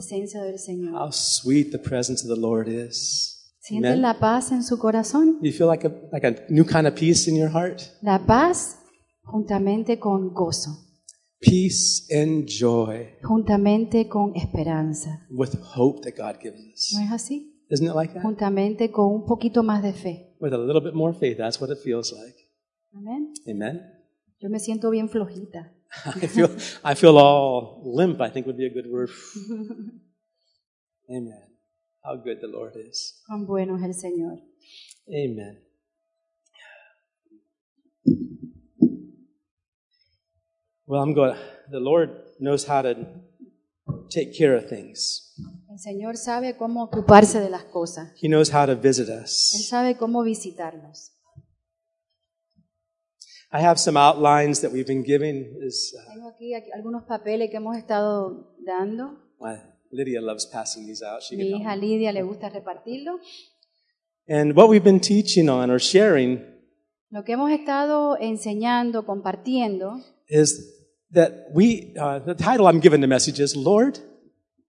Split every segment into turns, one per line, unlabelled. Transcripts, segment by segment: presencia del Señor.
How sweet the presence of the Lord is.
Sienten la paz en su corazón,
You feel like a, like a new kind of peace in your heart?
la paz juntamente con gozo,
Peace and joy
juntamente con esperanza.
with hope that God gives us.
¿No es así?
Isn't it like that?
Juntamente con un poquito más de fe.
With a little bit more faith, that's what it feels like.
Amén.
Amen?
Yo me siento bien flojita.
I feel, I feel all limp, I think would be a good word. Amen. How good the Lord is.
Cuán bueno es el Señor.
Amen. Well, I'm going. The Lord knows how to take care of things.
El Señor sabe cómo ocuparse de las cosas.
He knows how to visit
Él
us.
sabe cómo visitarnos.
I have some outlines that we've been giving. Is uh,
Tengo aquí, aquí algunos papeles que hemos estado dando.
my Lydia loves passing these out. She
Mi
can help.
hija Lidia le gusta repartirlo.
And what we've been teaching on or sharing
Lo que hemos estado enseñando, compartiendo,
is that we. Uh, the title I'm giving the message is Lord,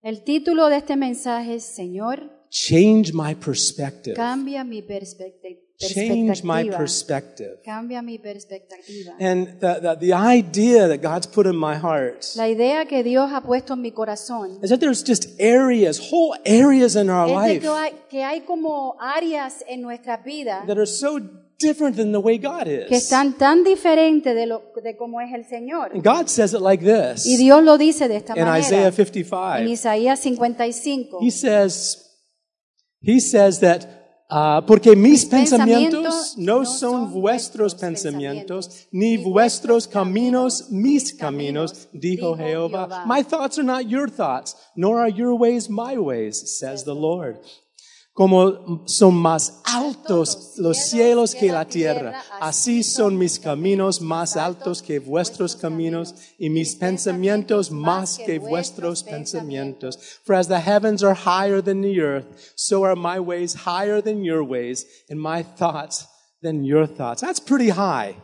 el título de este mensaje es Señor,
change my perspective.
cambia mi perspecti-
Change my
perspectiva.
perspective.
Cambia mi perspectiva.
And the, the, the idea that God's put in my heart
La idea que Dios ha puesto en mi corazón
is that there's just areas, whole areas in our
es de
life
que hay, que hay como áreas en nuestra vida
that are so different than the way God
que
is.
están tan diferentes de, lo, de cómo es el Señor.
And God says it like this
Y Dios lo dice de esta
in Isaiah
manera. En
55.
Isaías 55.
He says, He says that. ah, porque mis pensamientos no son vuestros pensamientos, ni vuestros caminos mis caminos, dijo Jehová. My thoughts are not your thoughts, nor are your ways my ways, says the Lord. Como son más altos los cielos que la tierra, así son mis caminos más altos que vuestros caminos y mis pensamientos más que vuestros pensamientos. For as the heavens are higher than the earth, so are my ways higher than your ways and my thoughts than your thoughts. That's pretty high.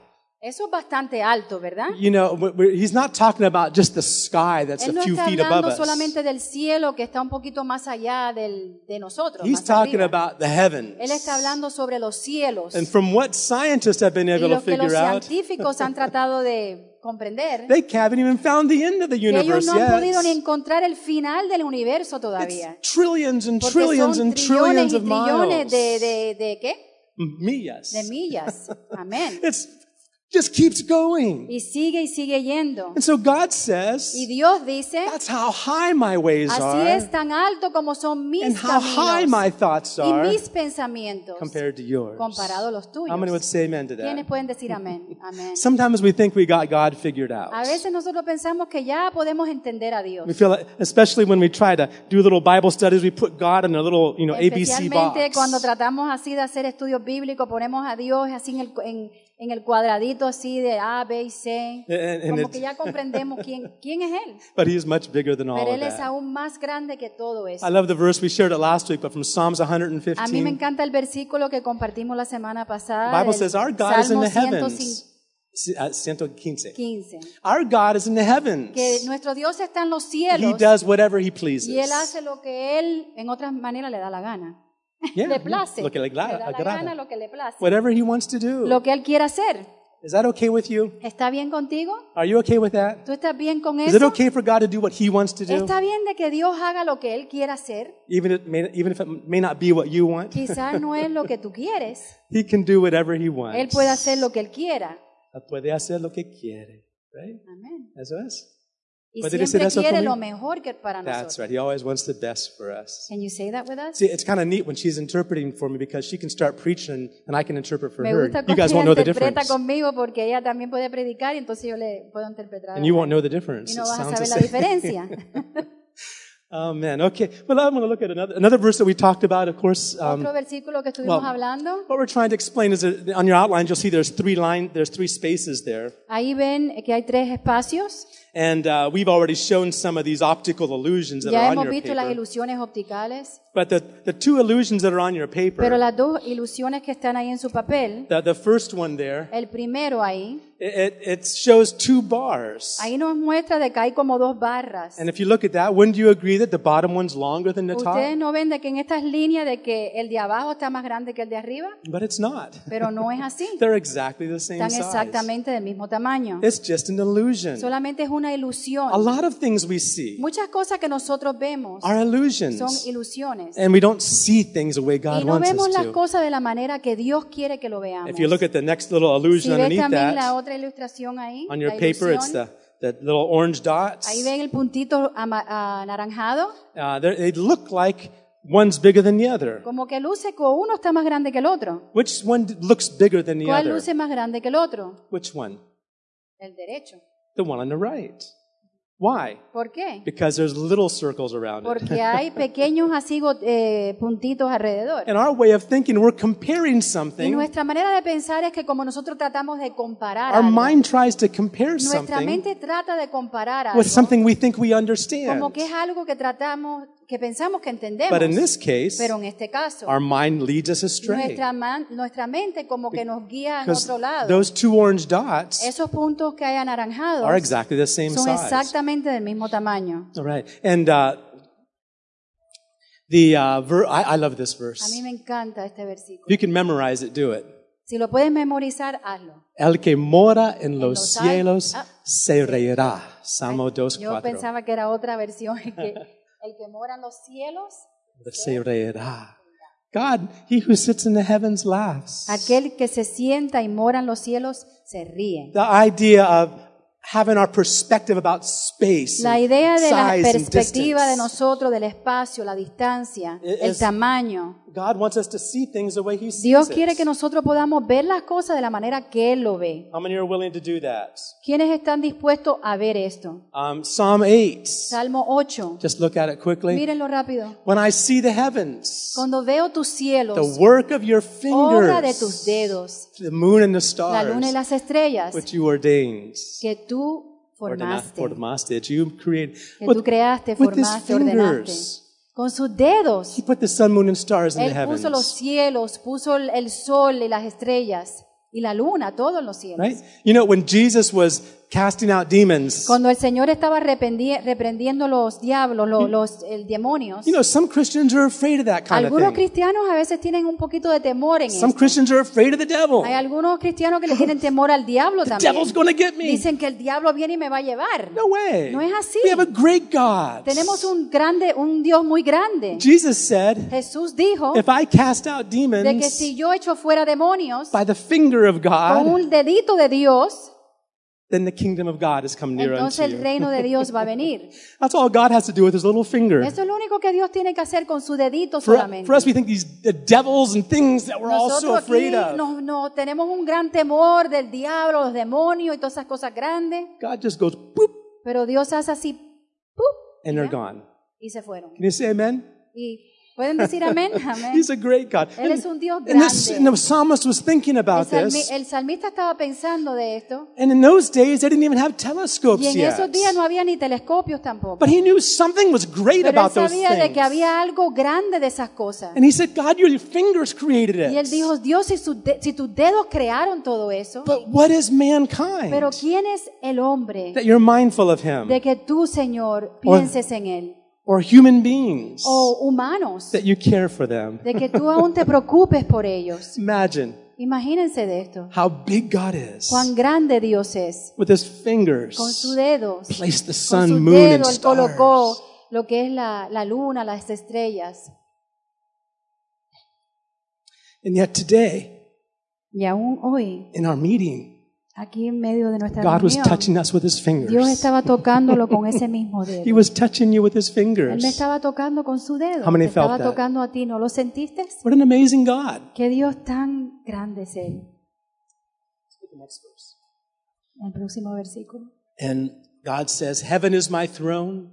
Eso es bastante alto, ¿verdad?
You know, we- we- he's not talking about just the sky that's
Él
a
no
few
está
feet above
hablando
us.
solamente del cielo que está un poquito más allá del, de nosotros.
He's
más
talking
arriba.
about the heavens.
Él está hablando sobre los cielos.
And from what scientists have been
Y
able to
lo que los
figure out,
científicos han tratado de comprender,
they haven't even found the end of the
que ellos
universe
no han podido ni
yet.
encontrar el final del universo todavía.
It's trillions and
Porque
trillions
son
and
trillones
trillions
y
of miles. Mm,
trillones de, de, de qué?
Millas.
De millas. Amén.
It's just keeps going.
Y sigue y sigue yendo.
And so God
Y
says,
Dios dice,
that's how high my ways
así
are
es tan alto como son
and
mis
how high my
caminos
thoughts
y
are
mis pensamientos
compared to yours.
comparado a los
How many would
tuyos.
say amen to
¿Quiénes
that?
pueden decir amén? Amén.
Sometimes we think we got God figured out.
A veces nosotros pensamos que ya podemos entender a Dios.
We feel like, especially when we try to do little Bible studies, we put God in a little, you know, ABC
Especialmente
box.
cuando tratamos así de hacer estudios bíblicos, ponemos a Dios así en el, en, en el cuadradito así de A, B y C.
And- and
Como
it-
que ya comprendemos quién, quién es Él.
But he is much bigger than all
Pero
of
Él es
that.
aún más grande que todo eso.
I love the verse we shared it last week, but from Psalms
A mí me
115,
encanta el versículo que compartimos la semana
the
pasada.
Bible
del
says, "Our God is in
Salmo
the heavens." Si- uh, 115.
115.
Our God is in the heavens.
Que nuestro Dios está en los
He
cielos
does whatever he pleases.
y Él hace lo que Él, en otras maneras, le da la gana.
Yeah,
le place.
Lo que le
Le
agrada.
da la
agrada. Pues
gana lo que le place.
Whatever he wants to do.
Lo que Él quiera hacer.
Is that okay with you?
¿Está bien contigo?
Are you okay with that?
¿Tú estás bien con
Is it
eso?
okay for God to do what he wants to do?
¿Está bien de que Dios haga lo que Él quiera hacer?
Even if, it may, even if it may not be what you want,
Quizás no es lo que tú quieres.
he can do whatever he
Él
wants.
puede hacer lo que Él quiera.
Puede hacer lo que quiere. Right?
Amén.
Eso es.
Y
But did he say
siempre
that's not
quiere
for me?
lo mejor que para
That's
nosotros.
right. He always wants the best for us.
Can you say that with us?
See, it's kind of neat when she's interpreting for me because she can start preaching and I can interpret for
Me
her.
gusta
You
cuando
guys won't
ella
know the
interpreta
difference.
conmigo porque ella también puede predicar y entonces yo le puedo interpretar.
And you won't know the
y
difference.
no
It
vas a
sounds the
saber la
same.
diferencia.
Oh, man. Okay. Well, I'm going to look at another, another verse that we talked about, of course. Um,
Otro versículo que estuvimos
well,
hablando,
what we're trying to explain is that on your outline, you'll see there's three line, there's three spaces there.
ahí ven que hay tres espacios.
And uh, we've already shown some of these optical illusions that
Ya
are on
hemos
your
visto las
paper.
ilusiones opticales,
But the, the two illusions that are on your
pero
paper,
las dos ilusiones que están ahí en su papel,
the, the first one there
el primero ahí
It, it shows two bars.
Ahí nos muestra de que hay como dos barras.
And if you look at that, wouldn't you agree that the bottom one's longer than the
Ustedes
top?
no ven de que en estas líneas de que el de abajo está más grande que el de arriba,
But it's not.
pero no es así.
They're exactly the same
Están
size.
exactamente del mismo tamaño.
It's just an illusion.
Solamente es una ilusión.
A lot of things we see
Muchas cosas que nosotros vemos
are
son
illusions.
ilusiones.
And we don't see things the way
Y
God
no
wants
vemos
us
las
to.
cosas de la manera que Dios quiere que lo veamos.
If you look at the next little illusion
Si ves
underneath
también la
that,
otra ilustración ahí,
on your
la
paper, it's
ilusión,
the, the little orange
ahí
dots.
ven el puntito ama- anaranjado,
Uh, they're- they look like one's bigger than the other.
como que luce que uno está más grande que el otro.
Which one d- looks bigger than the
¿Cuál
other?
luce más grande que el otro?
Which one?
El derecho.
The one on the right. Why?
¿Por qué?
Because there's little circles around it.
Porque hay pequeños así go- eh, puntitos alrededor.
In our way of thinking, we're comparing
Y
something.
nuestra manera de pensar es que como nosotros tratamos de comparar,
Our
algo,
mind tries to compare
nuestra
something
mente trata de comparar algo,
with something we think we understand.
como que es algo que tratamos, que pensamos que entendemos.
But in this case,
Pero en este caso,
our mind leads us astray.
nuestra, man- nuestra mente como que nos guía a
Because
otro lado.
those two orange dots
Esos puntos que hay anaranjados
are exactly the same
son
size.
exactamente del mismo tamaño.
All right. And uh, the uh, ver- I, I love this
A
verse.
mí me encanta este versículo.
If you can memorize it, do it.
Si lo puedes memorizar, hazlo.
El que mora en los
los
cielos
al- ah.
se reirá. Salmo
Yo
2.4.
pensaba que era otra versión, que el que mora en los cielos,
Se reirá. God, he who sits in the heavens laughs.
aquel que se sienta y mora en los cielos, se ríe.
The idea of having our perspective about space,
La
and
idea de la
size and
perspectiva de
distance.
nosotros, del espacio, la distancia,
It
el
is-
tamaño.
God wants us to see things the way he sees
Dios quiere
it.
que nosotros podamos ver las cosas de la manera que Él lo ve.
How many are willing to do that?
¿Quiénes están dispuestos a ver esto?
Um, Psalm 8.
Salmo 8.
Just look at it quickly.
Mírenlo rápido.
When I see the heavens,
Cuando veo tus
the
cielos,
work of your fingers,
obra de tus dedos,
the moon and the
la
stars,
luna y las estrellas
which you ordained,
que tú
Ordena-
formaste,
formaste, that you created.
que tú creaste,
with his
formaste, ordenaste.
fingers,
Con sus dedos,
he put the sun, moon, and stars in the
Él puso los
heavens.
cielos, puso el- el sol y las estrellas y la luna, todos los cielos.
Right? You know, when Jesus was casting out demons,
Cuando el Señor estaba reprendi- reprendiendo los diablos, los, los el demonios,
you know, some Christians are afraid of that kind of
algunos
thing.
cristianos a veces tienen un poquito de temor en
Some
eso.
Christians are afraid of the devil.
Hay algunos cristianos que le tienen temor al diablo
The
también.
devil's going to get me.
Dicen que el diablo viene y me va a llevar.
No way.
No es así.
We have a great God.
Tenemos un grande, un Dios muy grande.
Jesus said,
Jesús dijo
if I cast out
de que
demons
si yo echo fuera demonios
by the finger of
con
God,
un dedito de Dios,
then the kingdom of God has come near
entonces
unto
el
you.
reino de Dios va a venir.
That's all God has to do with his little finger.
Eso es lo único que Dios tiene que hacer con su dedito
For,
solamente.
for us, we think these the devils and things that we're all so
Nosotros aquí
afraid of.
nos- nos- tenemos un gran temor del diablo, los demonios y todas esas cosas grandes,
God just goes boop,
pero Dios hace así ¡pup!
and they're gone.
y se fueron.
Can you say amen?
Y pueden decir amén, amén.
He's a great God.
Él es un Dios
and this-
grande.
and the psalmist was thinking
El,
about
salmi-
this.
el salmista estaba pensando de esto
And in those days, they didn't even have telescopes
y en
yet.
esos días no había ni telescopios tampoco.
But he knew something was great
Pero él
about those things.
sabía de que había algo grande de esas cosas.
And he said, God, your fingers created it.
Y él dijo, Dios, si, sus de- si tus dedos crearon todo eso,
but what is mankind
pero ¿quién es el hombre
that you're mindful of him?
de que tú, Señor, pienses en él?
or human beings
O humanos,
that you care for them?
Oh. de que tú aún te preocupes por ellos.
Imagine
Imagínense de esto.
how big God is.
Cuán grande Dios es.
With his fingers,
Con sus dedos,
placed the
con
sun,
sus
moon, and
dedos, Él
stars.
colocó lo que es la, la luna, las estrellas.
And yet today,
Y aún hoy,
in our meeting,
aquí en medio de nuestra
God was
reunión,
touching us with his fingers.
Dios estaba tocándolo con ese mismo
He
dedo.
was touching you with his
Él me
fingers.
estaba tocando con su dedo.
How many
Te estaba
felt that?
tocando a ti. ¿No lo sentiste?
What an amazing God.
Qué Dios tan grande es Él. El próximo versículo.
And God says, Heaven is my throne,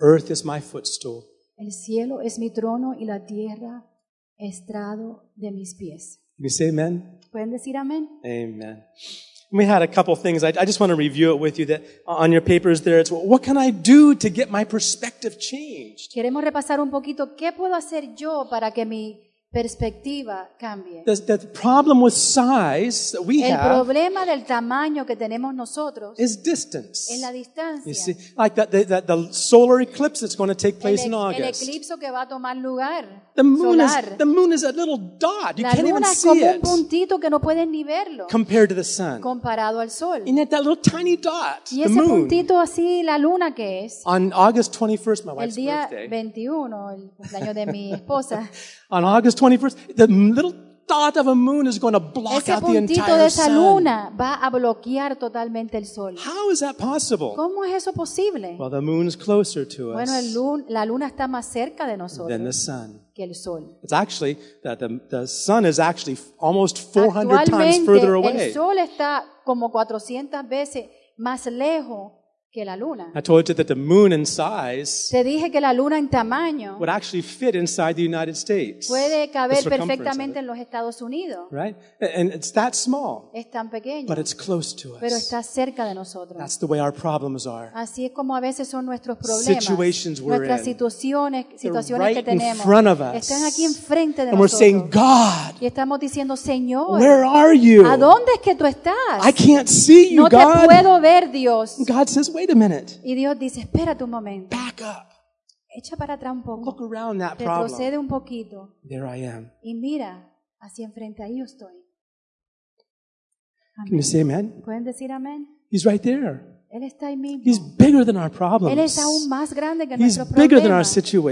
earth is my footstool.
El cielo es mi trono y la tierra estrado de mis pies.
Can you say amen?
¿Pueden decir amén?
Amen. And we had a couple things. I, I just want to review it with you that uh, on your papers there. It's what can I do to get my perspective changed?
Queremos repasar un poquito qué puedo hacer yo para que mi perspectiva cambie.
The, the problem with size that we
El
have
problema del tamaño que tenemos nosotros
is distance.
es la distancia.
You see, like that, the, that the solar eclipse that's going to take
el,
place in
e- el
August.
eclipse que va a tomar lugar
The moon is
solar.
the moon is a little dot. You
la
can't even
luna es
see
como un
it
puntito que no puedes ni verlo
compared to the sun.
comparado al sol.
And yet that little tiny dot,
Y
the
ese
moon,
puntito así, la luna que es,
on August 21st, my
el
wife's
día
birthday.
21, el cumpleaños de mi esposa,
On August 21st, the little dot of a moon is going to block
ese
out the
puntito de
entire
esa
sun.
luna va a bloquear totalmente el sol.
How is that possible?
¿Cómo es eso posible?
Well, the moon's closer to
Bueno, el
us
lun- la luna está más cerca de
than
nosotros
the sun.
que el sol.
It's actually that the, the sun is actually almost 400 times
Actualmente,
further
el
away.
sol está como 400 veces más lejos que la luna.
I told you that the moon in size
Te dije que la luna en tamaño
would actually fit inside the United States.
puede
the
caber
circumference of
perfectamente
it,
en los Estados Unidos.
right? And it's that small,
Es tan pequeño,
but it's close to
pero
us.
está cerca de nosotros.
That's the way our problems are.
Así es como a veces son nuestros problemas,
Situations we're
nuestras
in.
situaciones, situaciones
right
que
in
tenemos.
front of us.
Están aquí enfrente de
And we're
nosotros.
saying, God,
y estamos diciendo, Señor,
where are
¿a
you?
dónde es que tú estás?
I can't see you,
no te
God.
puedo ver, Dios.
God says, wait a minute,
Y Dios dice, espérate un momento,
back up,
echa para atrás un
look
poco,
around that problem.
retrocede un poquito
There I am.
y mira, hacia enfrente ahí yo estoy.
Can you say amen?
¿Pueden decir amén?
He's right there.
Él está ahí mismo.
He's bigger than our
Él es
problems.
aún más grande que
He's
nuestro
bigger than
problema.
our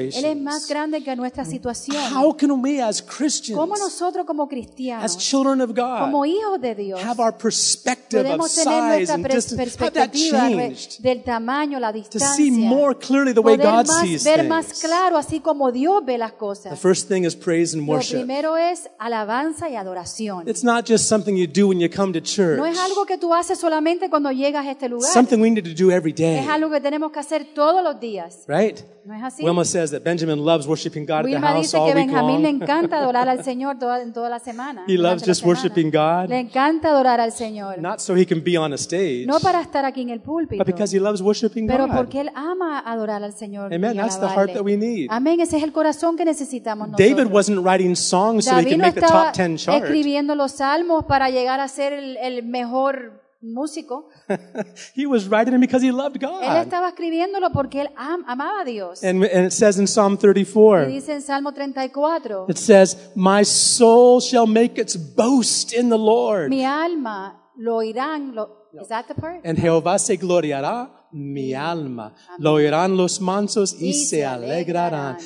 Él es más
situations.
grande que nuestra situación.
How can we as
¿Cómo
Christians,
nosotros como
as
cristianos,
children of God,
como hijos de Dios,
have our perspective of
podemos tener
size
nuestra
and
pers-
distance, have that
perspectiva re-
changed
del tamaño, la
to see
distancia,
more clearly the way
poder
God
más,
sees
ver más
things?
claro así como Dios ve las
The
cosas?
first thing is praise and
Lo
worship.
primero es alabanza y adoración.
It's not just something you do when you come to church.
No es algo que tú haces solamente cuando llegas a este lugar.
Something we need to do every
Es
day,
algo que tenemos que hacer todos los días.
right?
¿No es así?
Wilma says that Benjamin loves worshiping God at the
Wilma
house
dice
all
que
week
Benjamín le
long.
encanta adorar al Señor toda, en toda la semana.
He loves
durante la
just
semana.
worshiping God.
Le encanta adorar al Señor.
Not so he can be on a stage,
No para estar aquí en el púlpito,
but because he loves worshiping
pero
God.
porque él ama adorar al Señor.
Amen.
y
That's the
alabarle.
heart that we need.
Amén. Ese es el corazón que necesitamos
David
nosotros.
wasn't writing songs so he
David
could
no
make the
estaba
top 10 chart.
escribiendo los salmos para llegar a ser el, el mejor músico.
he was writing them because he loved
Él
God.
estaba escribiéndolo porque él am- amaba a Dios.
And, and it says in Psalm
Y
34,
dice en Salmo 34,
it says, My soul shall make its boast in the Lord,
mi alma lo oirán. Lo, is that the part?
and Jehová se gloriará mi alma. Lo oirán los mansos y se alegrarán.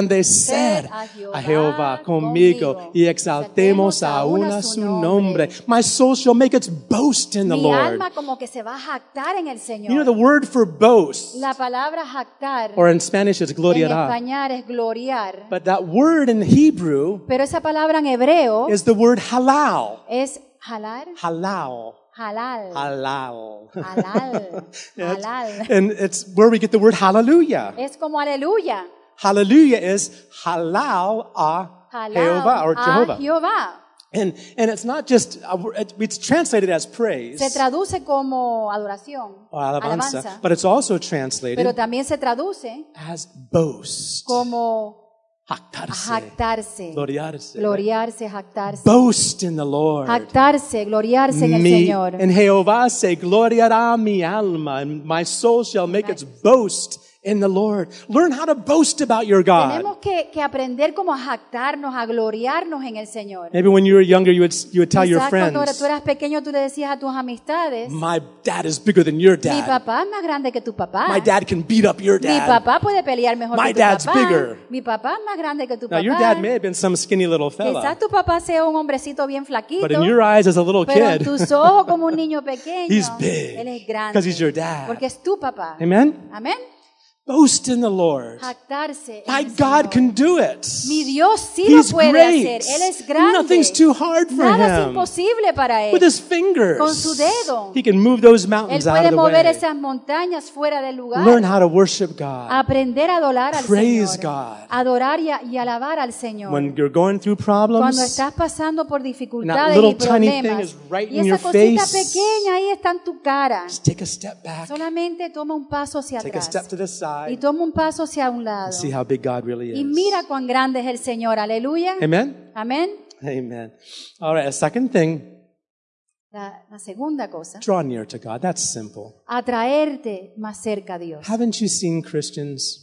Engrandecer a Jehová conmigo y exaltemos aún a su nombre. My soul shall make its boast in the
mi
Lord.
alma como que se va a jactar en el Señor.
You know, the word for boast,
la palabra jactar
or in Spanish it's
en
gloriará.
español es gloriar.
But that word in Hebrew
Pero esa palabra en hebreo
is the word halal.
es jalar,
Halal.
halal,
Halal.
halal,
That's-
halal.
and it's where we get the word hallelujah.
Es como aleluya.
Hallelujah is halal a
Halal
Jehovah or
a
Jehovah.
ah, Jehová.
And, and it's not just, a wor- it- it's translated as praise
Se traduce como adoración,
or alabanza,
alabanza,
but it's also
pero
translated
también se traduce
as boast.
como
Jactarse.
jactarse,
Gloriarse.
gloriarse, jactarse,
Boast in the Lord.
jactarse, gloriarse en el
Mi-
Señor.
En Jehová se gloriará mi alma, and my soul shall make its boast in the Lord. Learn how to boast about your God.
Tenemos que, que aprender como a jactarnos, a gloriarnos en el Señor.
Maybe when you were younger, you would, you would tell your
Quizás cuando
friends,
tú eras pequeño tú le decías a tus amistades,
my dad is bigger than your
mi
dad.
papá es más grande que tu papá.
My dad can beat up your
Mi
dad.
papá puede pelear mejor
My
que tu
dad's
papá.
bigger.
Mi papá es más grande que tu
Now,
papá.
your dad may have been some skinny little fella,
Quizás tu papá sea un hombrecito bien flaquito.
but in your eyes as a little
Pero en
kid,
tus ojos como un niño pequeño,
He's big,
él es grande,
'cause he's your dad.
porque es tu papá.
amen?
Amén.
Boast in the Lord.
Jactarse. en
My
el
God
Señor.
can do it.
Mi Dios sí
He's
lo puede hacer.
great.
Él es grande.
Nothing's too hard for
Nada es
him.
imposible para él.
With his fingers.
Con su dedo.
He can move those
Él
mountains out
puede
of the
mover
way.
esas montañas fuera del lugar. Ah,
Learn how to worship God.
Aprender a adorar al
Praise
Señor.
God.
Adorar y, a- y alabar al Señor.
When you're going through
Cuando
problemas,
estás pasando por
And that
dificultades
little
y
tiny thing
problemas,
is right
y
in
esa
your
cosita
face.
pequeña ahí está en tu cara,
just take a step back.
solamente toma un paso hacia
Take a
atrás.
step to the
y
aside
toma un paso hacia un lado
and see how big God really
y
is.
mira cuán grande es el Señor. Aleluya.
Amen?
Amén.
Amen. All right, a second thing
La, la segunda cosa,
draw near to God. That's simple.
atraerte más cerca a Dios.
Haven't you seen Christians?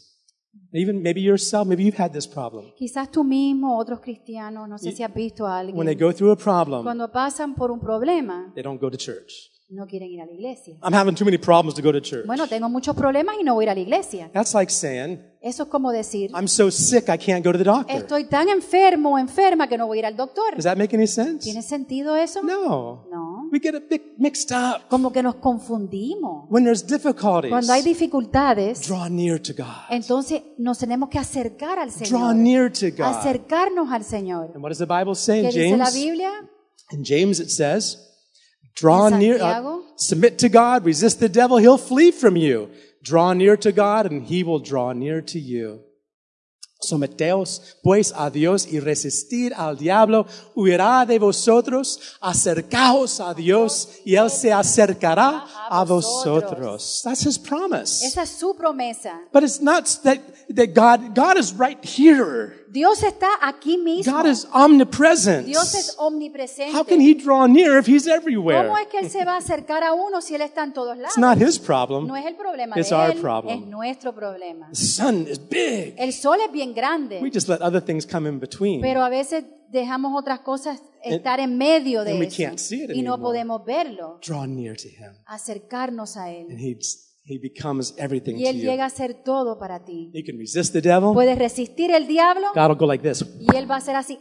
Even maybe yourself, maybe you've had this problem.
Quizás tú mismo, otros cristianos, no sé si has visto a
When they
alguien,
go through a problem,
cuando pasan por un problema,
they don't go to church.
no quieren ir a la iglesia.
I'm having too many problems to go to church.
Bueno, tengo muchos problemas y no voy a ir a la iglesia.
That's like saying,
Eso es como decir,
I'm so sick I can't go to the doctor.
estoy tan enfermo o enferma que no voy a ir al doctor.
Does that make any sense?
¿Tiene sentido eso?
No.
No.
We get a bit mixed up.
Como que nos confundimos.
When there's difficulties,
Cuando hay dificultades,
draw near to God.
entonces nos tenemos que acercar al
Draw
Señor.
near to God.
Acercarnos al Señor.
And what does the Bible say
¿Qué dice
in
la
James?
Biblia?
In James it says, draw
En
near, uh,
Santiago.
submit to God, resist the devil, he'll flee from you. Draw near to God and he will draw near to you. Someteos pues a Dios y resistid al diablo, huirá de vosotros, acercaos a Dios y él se acercará a vosotros. That's his promise.
Esa es su promesa.
But it's not that, that God, God is right here.
Dios está aquí mismo.
God is omnipresent.
Dios es omnipresente.
How can he draw near if he's everywhere?
¿Cómo es que Él se va a acercar a uno si Él está en todos lados?
It's not his problem.
No es el problema
It's
de
our
Él,
problem.
es nuestro problema.
The sun is big.
El sol es bien
We
grande,
just let other things come in between.
pero a veces dejamos otras cosas estar en medio
Eh, and
de
we can't see it
eso y no
anymore.
podemos verlo,
Draw near to him,
acercarnos a Él.
and he he becomes everything
Y
to
Él
you.
llega a ser todo para ti.
You can resist the devil.
Puedes resistir el diablo
God will go like this,
y Él va a ser así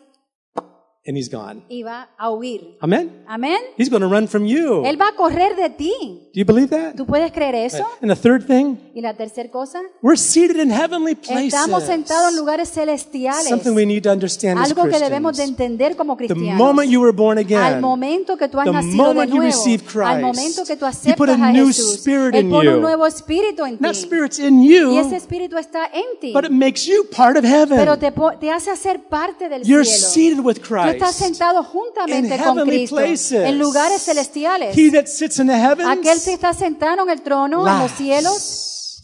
and he's gone.
y va a huir.
Amen.
Amén.
He's going to run from you.
Él va a correr de ti.
Do you believe that?
¿Tú puedes creer eso?
And the third thing,
Y la tercera cosa,
we're seated in heavenly
estamos sentados en
places.
lugares celestiales.
Something we need to understand as
Algo que debemos de
Christians.
entender como
The
cristianos.
moment you were born
al
again,
momento que tú has
the
nacido de
moment you
nuevo,
receive Christ,
al momento que tú
He
aceptas
put a
a
new
Jesús,
spirit
Él
in
pone
you.
un nuevo espíritu en ti.
that spirit's in
Y ese
you,
espíritu está en ti.
but it makes you part of heaven.
Pero te, po- te hace hacer parte del
You're
cielo.
seated with
Tú estás
Christ.
sentado juntamente
in
con
heavenly
Cristo
places.
en lugares celestiales.
He that sits in the
Aquel que
heavens,
está sentado en el trono, en los
laughs.
cielos,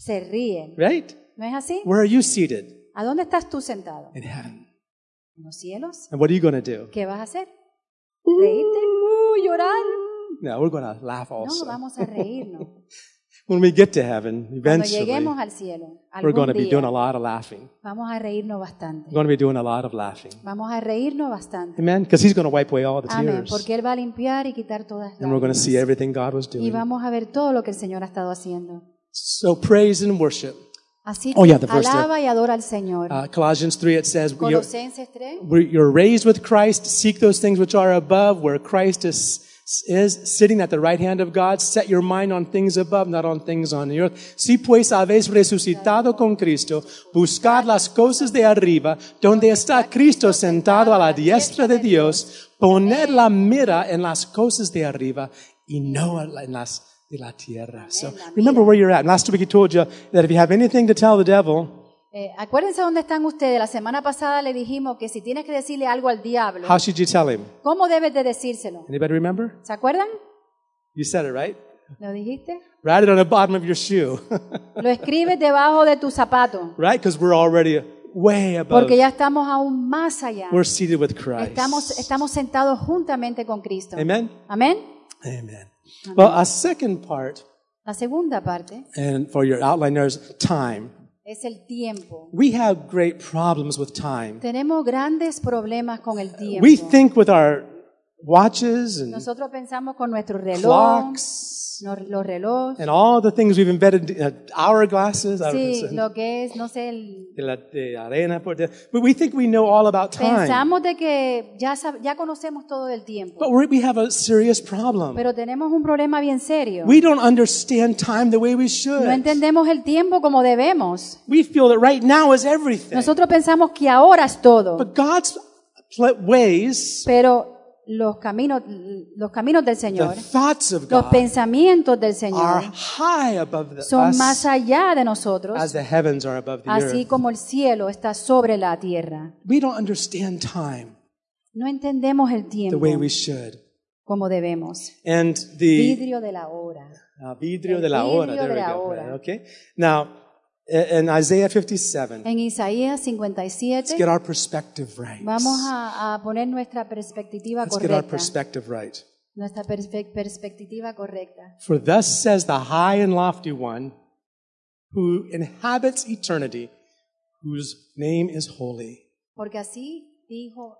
se ríe.
right?
¿No es así?
Where are you seated?
¿A dónde estás tú sentado?
In heaven.
¿En los cielos?
And what are you going to do?
¿Qué vas a hacer? ¿Reírte? Uh, ¿Llorar?
No, we're going to laugh
No,
also.
vamos a reírnos.
When we get to heaven,
Cuando
eventually,
lleguemos al cielo,
we're going
algún
to be doing a
día,
lot of laughing.
vamos a reírnos bastante.
We're going to be doing a lot of laughing.
Vamos a reírnos bastante.
Amen? Because He's going to wipe away all the
Amén.
tears.
Porque Él va a limpiar y quitar todas
And we're going to
lágrimas.
see everything God was
Y
doing.
vamos a ver todo lo que el Señor ha estado haciendo.
So praise and worship.
Así
Oh,
que
yeah, the verse
alaba y adora al Señor.
Uh, Colossians 3, it says, we are,
Colosenses 3.
we're- You're raised with Christ. Seek those things which are above, where Christ is, is sitting at the right hand of God. Set your mind on things above, not on things on the earth. Si pues habéis resucitado con Cristo, buscad las cosas de arriba, donde está Cristo sentado a la diestra de Dios. Poned la mira en las cosas de arriba y no en las de la tierra. So remember where you're at. Last week he told you that if you have anything to tell the devil,
Eh, acuérdense dónde están ustedes. La semana pasada le dijimos que si tienes que decirle algo al diablo,
how should you tell him?
¿cómo debes de decírselo?
Anybody remember?
¿Se acuerdan?
You said it, right?
¿Lo dijiste?
Write it on the bottom of your shoe,
Lo escribes debajo de tu zapato,
right? Because we're already way above.
porque ya estamos aún más allá.
We're seated with Christ.
Estamos, estamos sentados juntamente con Cristo.
Amen?
Amén.
Amen. Well, a second part,
La segunda parte
and for your outline, there's time.
es el tiempo.
We have great problems with time.
Tenemos grandes problemas con el tiempo.
We think with our watches and
Nosotros pensamos con nuestro reloj,
clocks
no- los relojes,
and all the things we've embedded, uh, hourglasses, I don't
sí,
know,
lo que es, no sé, el-
de la- de arena, por- de- but we think we know all about time.
pensamos de que ya, sab- ya conocemos todo el tiempo,
But we're, we have a serious problem.
pero tenemos un problema bien serio.
Oh. We don't understand time the way we
No
should.
entendemos el tiempo como debemos.
We feel that right now is everything.
Nosotros pensamos que ahora es todo,
But God's pl- ways,
pero los caminos, los caminos del
the
Señor
thoughts of
Los
God
pensamientos del
are
Señor
high above the,
son más
us
allá de nosotros,
as the heavens are above the
así
earth.
como el cielo está sobre la tierra.
We don't understand time
No entendemos el
the
tiempo
way we should.
como debemos.
And the
Vidrio de la hora.
uh, vidrio de la
vidrio
hora, there
de
we
la
go.
hora.
Okay. Now, in Isaiah 57.
En Isaías
Let's get
57,
our perspective right.
vamos a, a poner nuestra perspectiva
Let's get our
correcta.
perspective right.
Nuestra perspe- perspectiva correcta.
For thus says the high and lofty one who inhabits eternity, whose name is holy.
Porque así dijo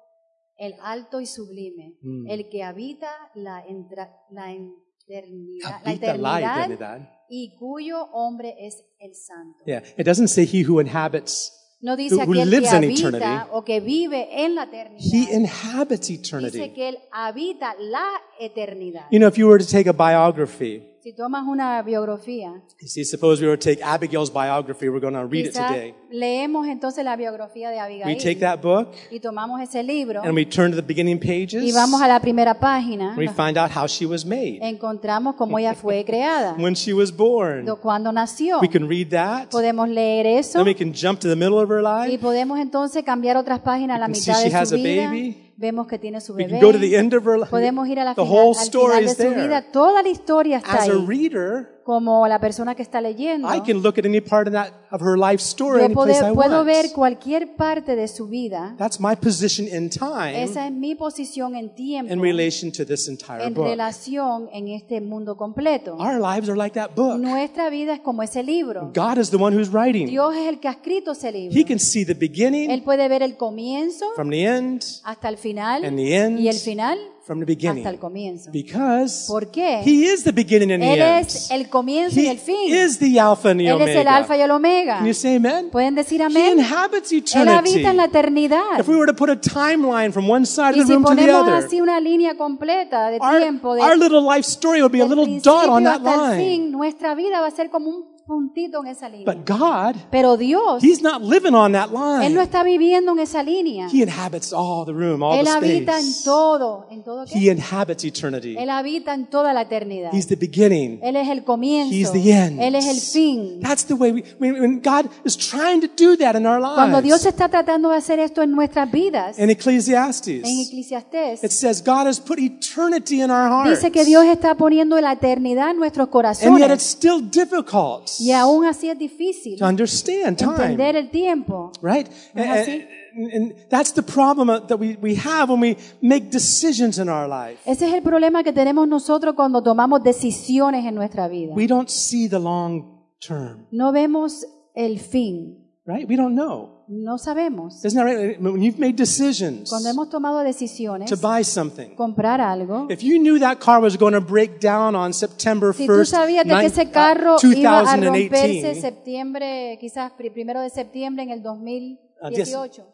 el alto y sublime,
Mm.
el que habita la, entra- la eternidad, la
Habita la
eternidad
eternidad.
y cuyo hombre es el santo.
Yeah, it doesn't say he who inhabits,
No dice
who
aquí el que
lives in
habita
eternity.
o que vive en la
He
eternidad.
inhabits
Dice
eternity.
que él habita la eternidad.
You know, if you were to take a biography,
Si tomas una biografía,
you see, suppose we were to take Abigail's biography, we're going to read it
quizás
today.
leemos entonces la biografía de
We take
Abigail
that book
y tomamos ese libro
and we turn to the beginning
y
pages.
vamos Eh. a la primera página,
We
nos
find out how she was made,
encontramos cómo ella fue creada,
when she was born.
do- cuándo nació.
We can read that.
Podemos leer eso
Then we can jump to the middle of her
y
life.
podemos entonces cambiar otras páginas a la
can see
mitad
she
de
has
su
a
vida.
baby.
Vemos que tiene su
We can go to the
bebé.
end of her life.
Podemos ir a la
The
final,
whole
al
story
final de
is
su
there.
vida. Toda la historia está
As a
ahí.
reader,
Como la persona que está leyendo,
I can look at any part of that of her life story
yo
any place
puedo,
I
puedo ver
want.
cualquier parte de su vida.
That's my position in time
Esa es mi posición en tiempo,
in relation to this entire
en
book.
relación en este mundo completo.
Our lives are like that book.
Nuestra vida es como ese libro.
God is the one who's writing.
Dios es el que ha escrito ese
He
libro.
can see the
Él
beginning
puede ver el comienzo
from the end,
hasta el final
and the end
y el final
from the
hasta el
beginning.
comienzo.
Because
¿Por qué?
He is the beginning and the
Él
end.
es el comienzo
He
y el fin.
is the Alpha and the
Él es el alfa
Omega.
y el omega.
Can you say amen?
Pueden decir
He
amén.
inhabits
Él habita en la
eternity.
eternidad.
If we were to put a timeline from one side
Y
of the
si
room to the
ponemos
other,
así una línea completa de
our,
tiempo, de
our little life story would be a
del
little dot
principio
on that
hasta el
line.
fin, nuestra vida va a ser como un puntito en esa línea.
But God,
Pero Dios,
He's not living on that
Él no
line.
está viviendo en esa línea.
He inhabits all the room, all
Él
the
habita en
space.
todo, en todo qué?
He inhabits eternity.
Él habita en toda la eternidad.
He's the beginning.
Él es el comienzo.
He's the end.
Él es el fin.
That's the way we, when, when God is trying to do that in our
Cuando Dios
lives.
está tratando de hacer esto en nuestras vidas,
In
en
Ecclesiastes, it
Eclesiastés,
says God has put eternity in our hearts.
dice que Dios está poniendo la eternidad en nuestros
And yet it's
corazones.
still difficult
Y aún así es difícil
to understand time.
entender el tiempo.
Right?
¿No es
And,
así?
and- and that's the problem uh, that we, we have when we make decisions in our life.
Ese es el problema que tenemos nosotros cuando tomamos decisiones en nuestra vida.
We don't see the long term,
No vemos el fin,
right? We don't know.
no sabemos.
Isn't that right? When you've made decisions
Cuando hemos tomado decisiones,
to buy something,
comprar algo,
if you knew that car was going to break down on September
si tú
1st,
sabías de que ese
nine-
carro
uh,
iba a romperse
2018,
septiembre, quizás pri- primero de septiembre en el
Ah,
2018,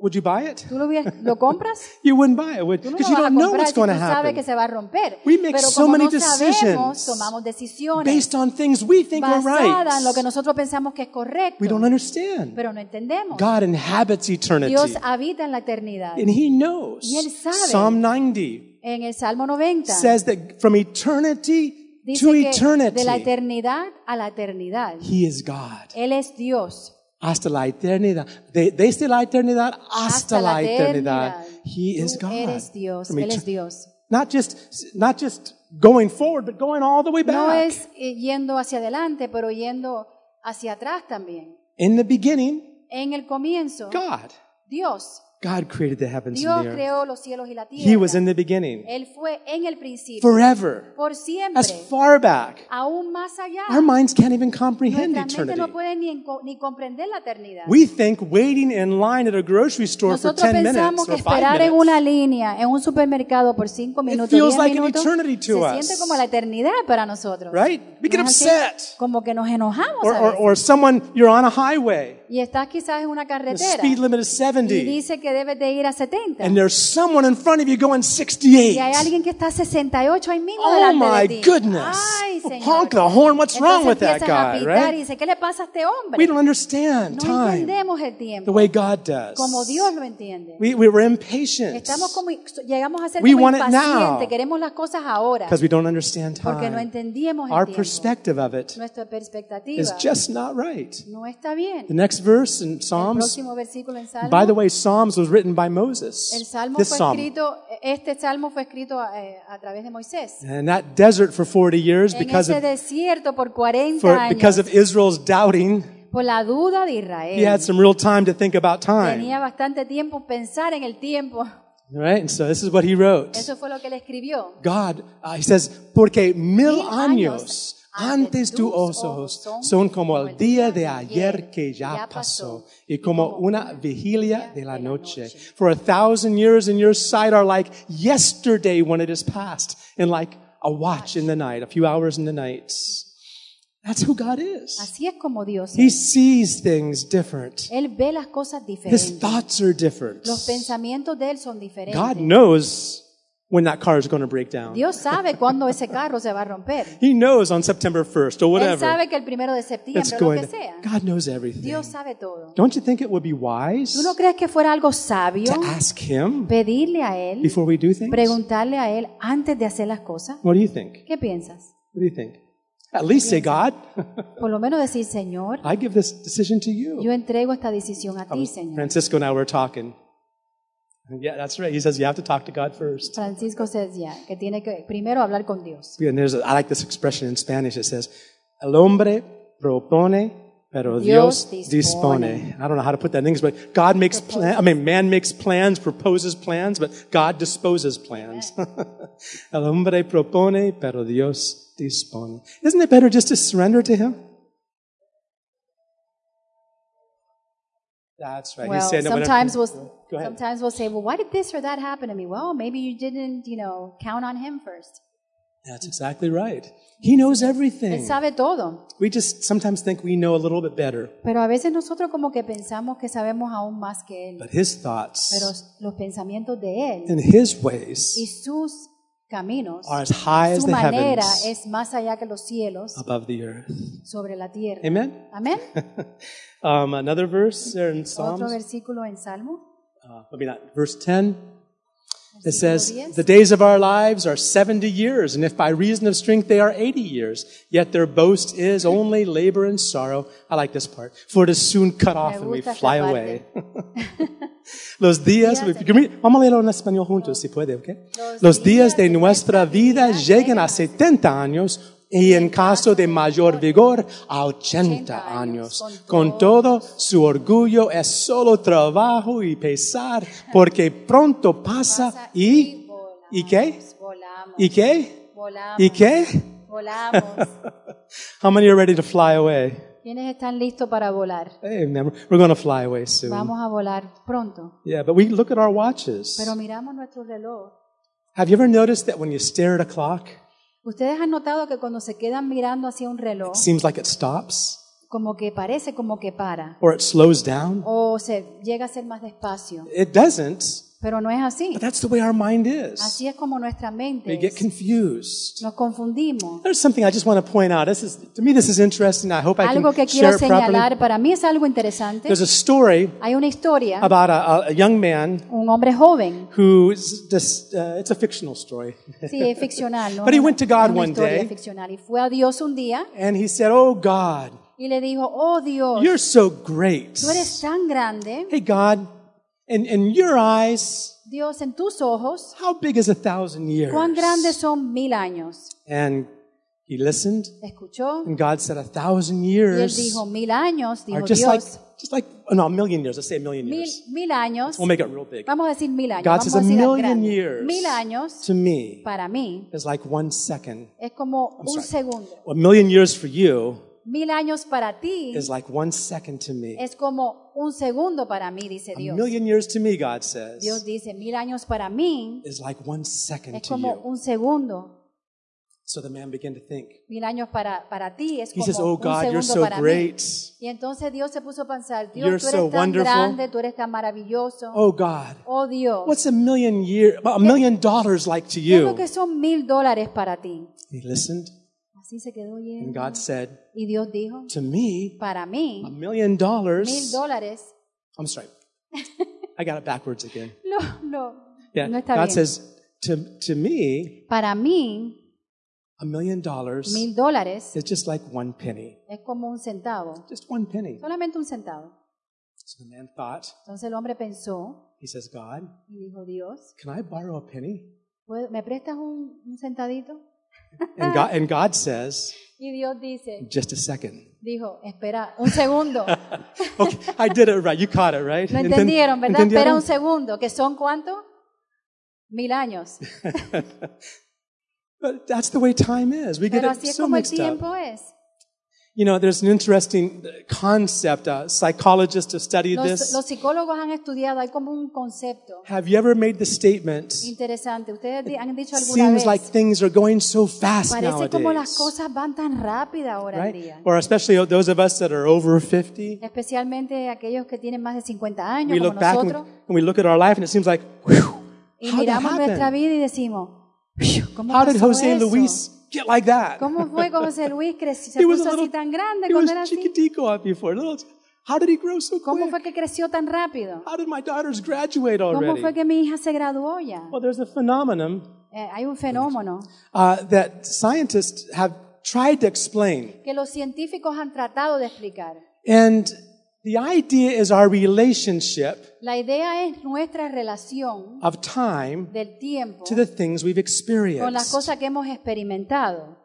would you buy it?
¿tú lo, hubieras- lo compras?
You wouldn't buy it, would
Tú no
Because
lo
you
vas a
don't know
comprar
what's
si tú
going to
sabes que
happen
se va a romper.
We make
Pero
so
como no
many
sabemos,
decisions
tomamos decisiones
based on things we think are
basadas en lo que
right.
nosotros pensamos que es correcto,
We don't understand.
pero no entendemos.
God inhabits eternity.
Dios habita en la eternidad.
And he knows.
Y él sabe.
Psalm 90
En el Salmo 90
says that from eternity
dice
to
que de la
eternity,
eternidad a la eternidad.
he is God.
Él es Dios.
Hasta la eternidad. De- desde la eternidad hasta
Hasta la
la
eternidad.
eternidad. He is
Tú
God.
eres Dios.
From
Él es
eter-
Dios.
Not just, not just going forward, but going all the way back.
No es eh, yendo hacia adelante, pero yendo hacia atrás también.
In the beginning,
En el comienzo,
God.
Dios.
God created the heavens
Dios
and the earth.
creó los cielos y la
He was in
tierra.
the beginning.
Él fue en el principio.
Forever.
Por
As
siempre.
far back.
Aún más allá.
Our minds can't even comprehend
Nuestra mente
eternity.
no puede ni, en- ni comprender la eternidad.
We think waiting in line at a grocery store
Nosotros
for 10
pensamos
minutes
que
or 5
esperar en
minutes
una línea, en un supermercado por 5 minutos,
feels
10
like an
minutos,
eternity
se
to us.
siente como la eternidad para nosotros.
Right? We get
¿No es así?
upset.
Como que nos enojamos
or,
a
or,
veces.
or someone, you're on a highway,
y estás quizás en una
the
carretera
speed limit is
y
70,
dice que debes de ir a 70.
and there's someone in front of you going
y hay
68.
alguien que está a 68 ahí mismo
Oh
delante
my
de ti.
goodness.
Ay, señor.
Honk the horn. What's wrong
Entonces
with that
empiezas a
guy,
pitar
right?
y dice, ¿qué le pasa a este hombre?
We don't understand
no
time
entendemos el
the
tiempo
way God does.
como Dios lo entiende.
We, we were impatient
Estamos como llegamos a ser
We
como
want it now.
impacientes, queremos las cosas ahora
because we don't understand
porque no
time.
entendíamos
Our
el tiempo.
perspective of it
Nuestra
is
perspectiva
just not right.
no está bien.
The
El
next verse in Psalms
próximo versículo en
By the
Salmo.
way, Psalms was written by Moses.
El salmo
this
fue
psalm.
escrito, este salmo fue escrito eh, a través de Moisés.
And that desert for 40 years
En
because
ese
of,
desierto por 40
for,
años
because of Israel's doubting,
por la duda de
He
Israel.
had some real time to think about time.
Eh. Tenía bastante tiempo pensar en el tiempo.
Right? And so this is what he wrote.
Eso fue lo que él escribió.
God, uh, he says, porque mil
Mil
años
años
antes tus ojos son como el día de ayer que ya pasó y como una vigilia de la noche. For a thousand years in your sight are like yesterday when it is past and like a watch in the night, a few hours in the night. That's who God is.
Así es como Dios.
He sees things different.
Él ve las cosas
His
diferentes.
thoughts are different.
Los pensamientos de él son diferentes.
God knows when that car is going to break down.
Dios sabe cuándo ese carro se va a romper.
He knows on September 1st or
Él
whatever
sabe que el primero de
it's
septiembre, lo
going
que
to.
sea.
God knows everything.
Dios sabe todo.
Don't you think it would be wise
¿Tú no crees que fuera algo sabio
to ask Him
pedirle a Él,
before we do things?
preguntarle a Él antes de hacer las cosas?
What do you think?
¿Qué piensas?
What do you think? At least say, God,
Por lo menos decir, Señor,
I give this decision to you.
yo entrego esta decisión a
I
ti,
was-
Señor.
Francisco and I were talking. Yeah, that's right. He says you have to talk to God first.
Francisco decía que tiene que primero hablar con Dios.
And there's, a, I like this expression in Spanish. It says, "El hombre propone, pero Dios,
Dios
dispone. I don't know how to put that in English, but God makes plan. I mean, man makes plans, proposes plans, but God disposes plans. El hombre propone, pero Dios dispone. Isn't it better just to surrender to Him? That's right.
Well,
He's saying that whenever-
sometimes we'll,
Go ahead.
sometimes we'll say, well, why did this or that happen to me? Well, maybe you didn't, you know, count on Him first.
That's exactly right. He knows
Él
everything.
sabe todo.
We just sometimes think we know a little bit better.
Pero a veces nosotros como que pensamos que sabemos aún más que Él.
But his thoughts
Pero los pensamientos de Él
and his
y
ways
sus caminos,
are as high as
su
the
manera
heavens
es más allá que los cielos
above the earth.
sobre la tierra.
Amen.
Amén.
Um, another verse there in
Otro
Psalms,
versículo en Salmo.
uh, maybe not verse 10. It says,
10.
The days of our lives are 70 years, and if by reason of strength they are 80 years, yet their boast is only labor and sorrow. I like this part. For it is soon cut off and we
gusta esta
fly
parte.
away. Los días,
Días
if you read- vamos a leerlo en español juntos, si puede, ¿ok?
Los
Los días
días
de
de
nuestra vida llegan a 70 años y en caso de mayor vigor a 80 años. Con todo, su orgullo es solo trabajo y pesar, porque pronto pasa y...
volamos,
¿Y qué?
Volamos.
¿Y qué?
volamos.
¿Y qué?
Volamos.
How many are ready to fly away?
¿Quiénes están listos para volar?
Hey, man, we're going to fly away soon.
Vamos a volar pronto.
Yeah, but we look at our watches.
Pero miramos nuestro reloj.
Have you ever noticed that when you stare at a clock,
Ustedes han notado que cuando se quedan mirando hacia un reloj,
it seems like it stops
como que parece como que para.
or it slows down?
O se llega a ser más despacio.
It doesn't,
Pero no es así.
but that's the way our mind is.
Así es como nuestra mente
We get
es.
confused.
Nos confundimos.
There's something I just want to point out. This is, to me, this is interesting. I hope I
Algo que
can
quiero
share it properly.
señalar, para mí es algo interesante.
There's a story
Hay una historia,
about a, a- a young man
un hombre joven,
who, is just, uh, it's a fictional story.
sí, es ficcional, ¿no?
But he went to God
Es una
one
historia
day.
ficcional. Y fue a Dios un día
And he said, Oh God,
y le dijo, oh Dios,
you're so great.
tú eres tan grande,
Hey God, in, in your eyes,
Dios, en tus ojos,
how big is a thousand years?
cuán grandes son mil años.
And he listened,
Escuchó
and God said, A thousand
y él
years
dijo, mil años, dijo
are just like,
Dios,
just like, oh, no, a million years. Let's say a million
mil,
years.
mil años,
We'll make it real big.
vamos a decir mil años,
God
vamos
says
a
a
decir al
million
grande.
years.
mil años
To me,
para mí
is like one second.
es como un
sorry.
segundo.
A million years for you
Mil años para ti
is like one second to me.
es como un segundo para mí, dice
A
Dios.
million years to me, God
Dios
says,
dice, mil años para mí
is like one second
es
to
como
you.
un segundo.
So the man began to think.
Mil años para, para ti es
He
como
says, Oh
un
God,
segundo
you're so
para mí.
great.
Y entonces Dios se puso a pensar, Dios,
You're
tú eres
so
tan
wonderful.
grande, tú eres tan maravilloso. Oh,
Oh God,
Dios,
what's a million year, a million dollars like to
¿qué es lo
you?
que son mil dólares para ti?
He listened,
Así se quedó
and
oyendo.
God said,
Y Dios dijo,
To me,
para
a
mí,
million
mil
dollars.
dólares,
I'm sorry. I got it backwards again.
no, no,
Yeah.
no está
God
bien.
says, to, to me,
para mí,
a million dollars
mil dólares
is just like one penny.
es como un centavo,
Just one penny.
solamente un centavo.
So the man thought,
Entonces el hombre pensó
he says, God,
y dijo, Dios,
can I borrow a penny?
¿Puedo- ¿Me prestas un, un sentadito?
And God, and God says,
Y Dios dice,
just a second.
dijo, espera un segundo.
Okay, I did it right. You caught it, right?
¿Lo
Enten-
entendieron, verdad?
¿entendieron?
Espera un segundo, que son cuánto? Mil años.
But that's the way time is. We get
Pero
it
así es
so
como el
mixed up.
tiempo es.
You know, there's an interesting concept. Uh, psychologists have studied
Los,
this.
los psicólogos han estudiado, hay como un concepto
Have you ever made the statement?
interesante. Ustedes di- han dicho alguna
Seems
vez,
like things are going so fast
parece
nowadays.
como las cosas van tan rápidas ahora en
right?
día.
Or especially those of us that are over 50,
Especialmente aquellos que tienen más de 50 años,
we
como
look back and,
nosotros,
and we look at our life and it seems like, whew,
y
how did that
miramos nuestra
happen?
vida y decimos, ¿cómo
How did
pasó
Jose
eso?
Luis get like that?
¿Cómo fue que José Luis creció, se
He was
puso
a little,
así tan grande
he was
cuando era así?
chiquitico up before. Little, how did he grow so
¿Cómo fue
quick?
que creció tan rápido?
How did my daughters graduate
¿Cómo
already?
fue que mi hija se graduó ya?
Well, there's a phenomenon
Eh, hay un fenómeno
uh, that scientists have tried to explain.
que los científicos han tratado de explicar.
And the idea is our relationship
La idea es nuestra relación
of time
del tiempo
to the things we've
con las
experienced.
cosas que hemos experimentado.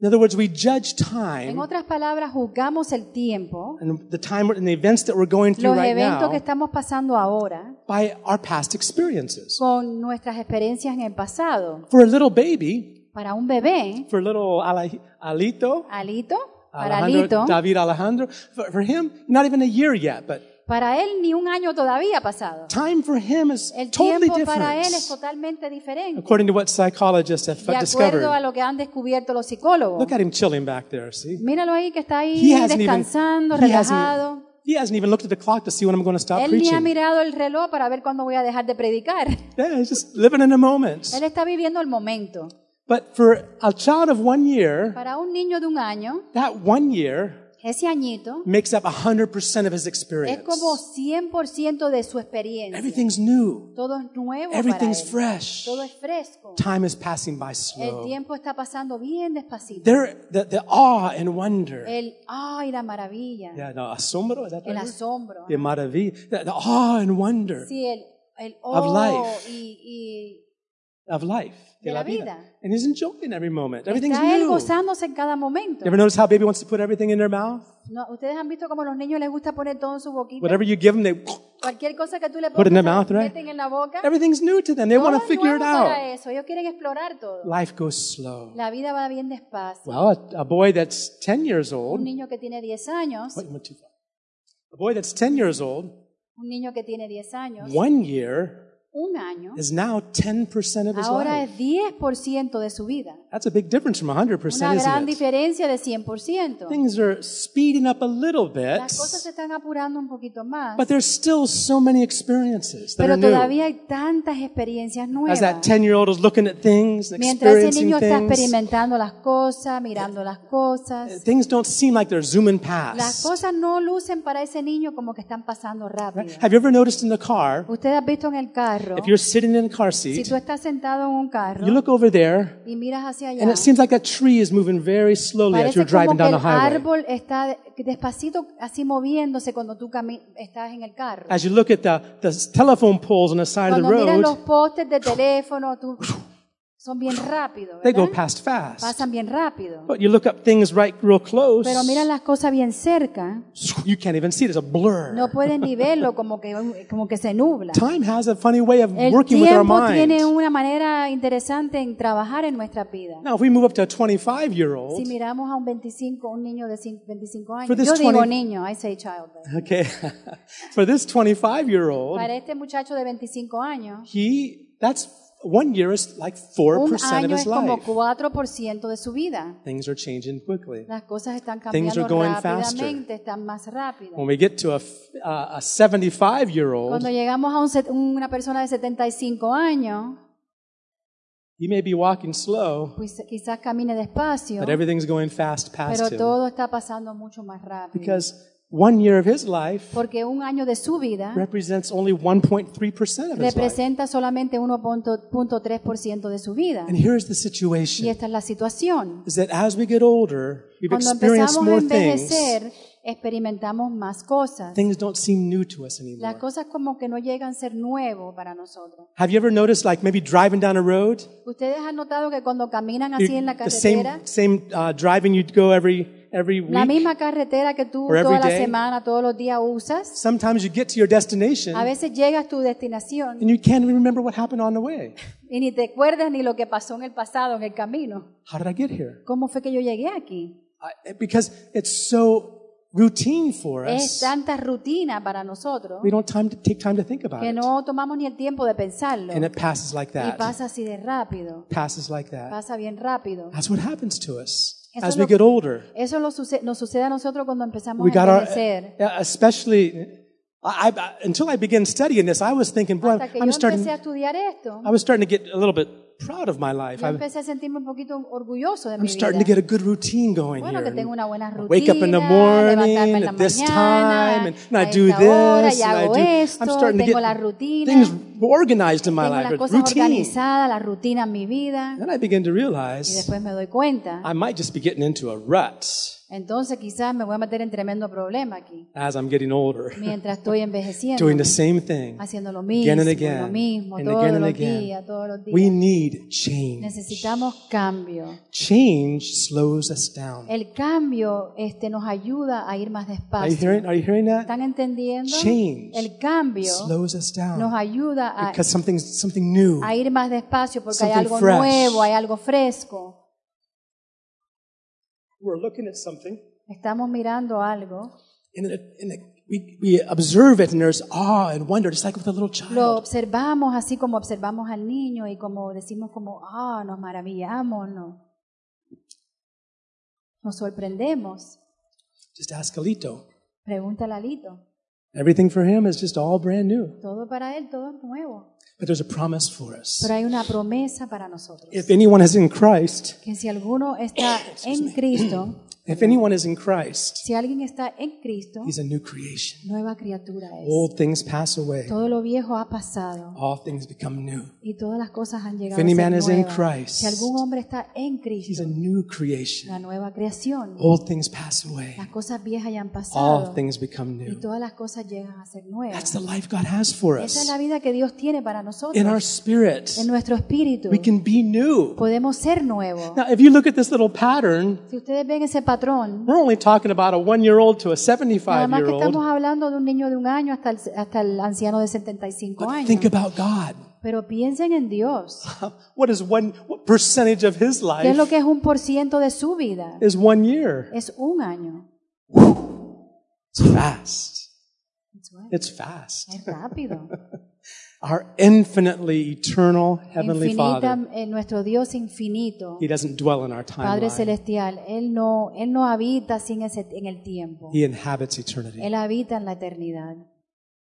In other words, we judge
En
time
otras palabras, juzgamos el tiempo,
and the time and the events that we're going
los
through right
eventos que
now
estamos pasando ahora
by our past experiences.
con nuestras experiencias en el pasado.
For a little baby,
Para un bebé,
for little Ali- Alito,
Alito, para Alito,
Alejandro, David Alejandro, for, for him, not even a year yet, but
para él ni un año todavía ha pasado.
time for him is
El
totally
tiempo para él es
different,
totalmente diferente,
according to what psychologists have
de
discovered.
acuerdo a lo que han descubierto los psicólogos.
Look at him chilling back there, see?
Míralo ahí que está ahí
He hasn't even,
descansando,
he hasn't,
relajado.
he hasn't even looked at the clock to see when I'm going to stop
Él ni ha
preaching.
mirado el reloj para ver cuándo voy a dejar de predicar. Él
Yeah, he's just living in a moment.
está viviendo el momento.
But for a child of one year,
Para un niño de un año,
that one year
ese añito
makes up 100% of his
es como
experience.
100% de su experiencia.
Everything's new.
Todo es nuevo para
Everything's
él.
fresh.
Todo es fresco.
Time is passing by
El
slow.
tiempo está pasando bien despacito.
There, the, the awe and wonder.
El ay, la maravilla,
Yeah, no, asombro, is that
Eh. el
right?
asombro.
The maravilla, the, the awe and wonder
Sí, el, el
Of
oh
life.
y,
of life. de
De
la
la
vida.
vida.
And he's enjoying every moment.
y
Everything's
está él
new.
gozándose en cada momento.
You ever notice how baby wants to put everything in their mouth?
No, Ustedes han visto como a los niños les gusta poner todo en su boquita.
Whatever you give them, they
Cualquier cosa que tú le
Put it in their
pongas,
mouth,
se lo
right?
meten en la boca.
everything's new to them. They
Todo
want
es
to figure
nuevo
it out.
para eso. Ellos quieren explorar todo.
Life goes slow.
La vida va bien despacio.
Well, a, a boy that's 10 years
Un
old,
niño que tiene 10 años,
wait, went too far. A boy that's 10 years old,
un niño que tiene 10 años,
one year
un año,
is now 10% of his
ahora
life.
es 10% de su vida.
That's a big difference from 100%,
Una gran
isn't it?
diferencia de 100%.
Things are speeding up a little bit,
Las cosas se están apurando un poquito más,
but there's still so many experiences that
pero
are new.
todavía hay tantas experiencias
As
nuevas.
that 10 year old is looking at things and
Mientras ese
experiencing
niño está
things,
experimentando las cosas, mirando las cosas,
things don't seem like they're zooming
las
past.
cosas no lucen para ese niño como que están pasando rápido.
Have you ever noticed in the car,
Usted ha visto en el carro,
if you're sitting in a car
si
seat,
tú estás sentado en un carro
you look over there,
y miras hacia
and
allá,
it seems like that tree is moving very slowly as
parece
you're
como
driving
que
down
el
the highway.
árbol está de- despacito así moviéndose cuando tú cami- estás en el carro.
As you look at the, the telephone poles on the side of the
Cuando miras los
road,
postes de teléfono, tú, son bien rápidos,
they go
¿verdad?
past fast.
Pasan bien rápido.
But you look up things right real close,
Pero miran las cosas bien cerca,
you can't even see it. It's a blur.
no pueden ni verlo, como que, como que se nubla.
Time has a funny way of
El
working with our
tiempo tiene
mind.
una manera interesante en trabajar en nuestra vida.
Now, if we move up to a 25 year
Si
old,
miramos a un 25, un niño de cin- 25
For
años,
this
yo digo
20
niño, I say child. but-
okay, for this 25 year old,
Para este muchacho de 25 años,
he, that's one year is like
un
4% of
año
his
es como
life.
4% de su vida.
Things are changing quickly.
Las cosas están
Things
cambiando
are going faster.
rápidamente, están más rápidas.
When we get to a, f- uh, a 75 year old,
Cuando llegamos a un set- una persona de 75 años,
he may be walking slow,
pues quizás camine despacio,
but everything's going fast past
pero
him.
todo está pasando mucho más rápido.
Because one year of his life
Porque un año de su vida
represents only 1.3% of his life.
representa solamente 1.3% de su vida.
And here's the
Y
situation
esta es la situación.
is that as we get older, we've
Cuando empezamos
experienced
a
more things.
envejecer, experimentamos más cosas.
Things don't seem new to us
Las
anymore.
cosas como que no llegan a ser nuevo para nosotros.
Have you ever noticed, like maybe driving down a road,
Ustedes han notado que cuando caminan
you-
así en la
the
carretera,
same same uh, driving you'd go every every
la
week.
misma carretera que tú
Or every
toda la
day.
semana, todos los días usas,
Sometimes you get to your destination
a veces llegas a tu destinación
and you can't even remember what happened on the way.
y ni te acuerdas ni lo que pasó en el pasado, en el camino.
How did I get here?
¿Cómo fue que yo llegué aquí?
I, because it's so routine for
Es
us.
tanta rutina para nosotros
We don't time to take time to think about
que
it.
no tomamos ni el tiempo de pensarlo.
And it passes like
Y
that.
pasa así de rápido,
passes like that.
pasa bien rápido.
That's what happens to us
Eso
as
lo-
we get older.
Eso lo suce- nos sucede a nosotros cuando empezamos
We
a
got our,
envejecer.
Yeah, especially, I, I, until I began studying this, I was thinking, boy,
Hasta que
uh, I'm
yo empecé
starting,
a estudiar esto,
I was starting to get a little bit proud of my life.
yo
I'm,
empecé a sentirme un poquito orgulloso de
I'm
mi
starting to get
vida.
a good routine going
Bueno,
here.
que tengo
and
una buena rutina,
Wake up in the
levantarme en
morning
la
at this
mañana,
time, and, and
a
I do
esta hora,
this,
y
and I
hago
do.
esto,
I'm starting to
tengo la
get
rutina,
things organized in my
tengo
life,
las
a
cosas
routine.
organizadas, la rutina en mi vida,
Then I begin to
y
realize
después me doy cuenta.
I might just be getting into a rut
Entonces quizás me voy a meter en tremendo problema aquí,
as I'm getting older,
mientras estoy envejeciendo,
doing the same thing.
haciendo lo
again
mismo,
and
lo
again,
mismo,
and
todos
again and
los
again.
días, todos los días.
We need change.
Necesitamos cambio.
Change slows us down.
El cambio este, nos ayuda a ir más
Are you
despacio.
hearing? Are you hearing that?
¿Están entendiendo?
Change
El cambio
slows us
nos
down
ayuda a,
because something's something new.
a ir más despacio porque hay
something
algo
fresh.
nuevo, hay algo fresco.
We're looking at something,
Estamos mirando algo,
and, it, and it, we we observe it, and there's awe and wonder, just like with a little
lo
child.
observamos así como observamos al niño y como decimos como, ah, nos maravillamos, no. nos sorprendemos.
Just ask Alito.
Pregúntale a Lito.
Everything for him is just all brand new.
Todo para él, todo es nuevo.
But there's a promise for us.
Pero hay una promesa para nosotros.
If anyone is in Christ,
que si alguno está en Cristo,
if anyone is in Christ,
si alguien está en Cristo,
he's a new creation.
nueva criatura es.
Old things pass away.
Todo lo viejo ha pasado
All things become new.
y todas las cosas han llegado
If any man
a
is
ser
in
nuevas.
Christ,
Si algún hombre está en
He's
Cristo,
a new creation.
la nueva creación,
Old things pass away.
las cosas viejas ya han
All
pasado
things become
y
new.
todas las cosas llegan a ser
That's
nuevas.
the life God has for
Esa es
us.
la vida que Dios tiene para
In our
nosotros,
spirit,
en nuestro espíritu.
we can be new.
Podemos ser nuevos.
Now, if you look at this little pattern,
Si ustedes ven ese patrón,
we're only talking about a one year old to a
nada
75
más
year
que estamos
old.
hablando de un niño de un año hasta el, hasta el anciano de 75
But
años.
think about God.
Pero piensen en Dios.
What is one what percentage of His
¿Qué es
life
lo que es un por ciento de su vida?
is one year?
Es un año.
It's fast.
That's right.
It's fast.
Es rápido.
Our infinitely eternal Heavenly
Infinita,
Father,
eh, nuestro Dios infinito,
He doesn't dwell in our
Padre
timeline,
Celestial, Él no, Él no habita sin ese, en el tiempo.
He inhabits eternity.
Él habita en la eternidad.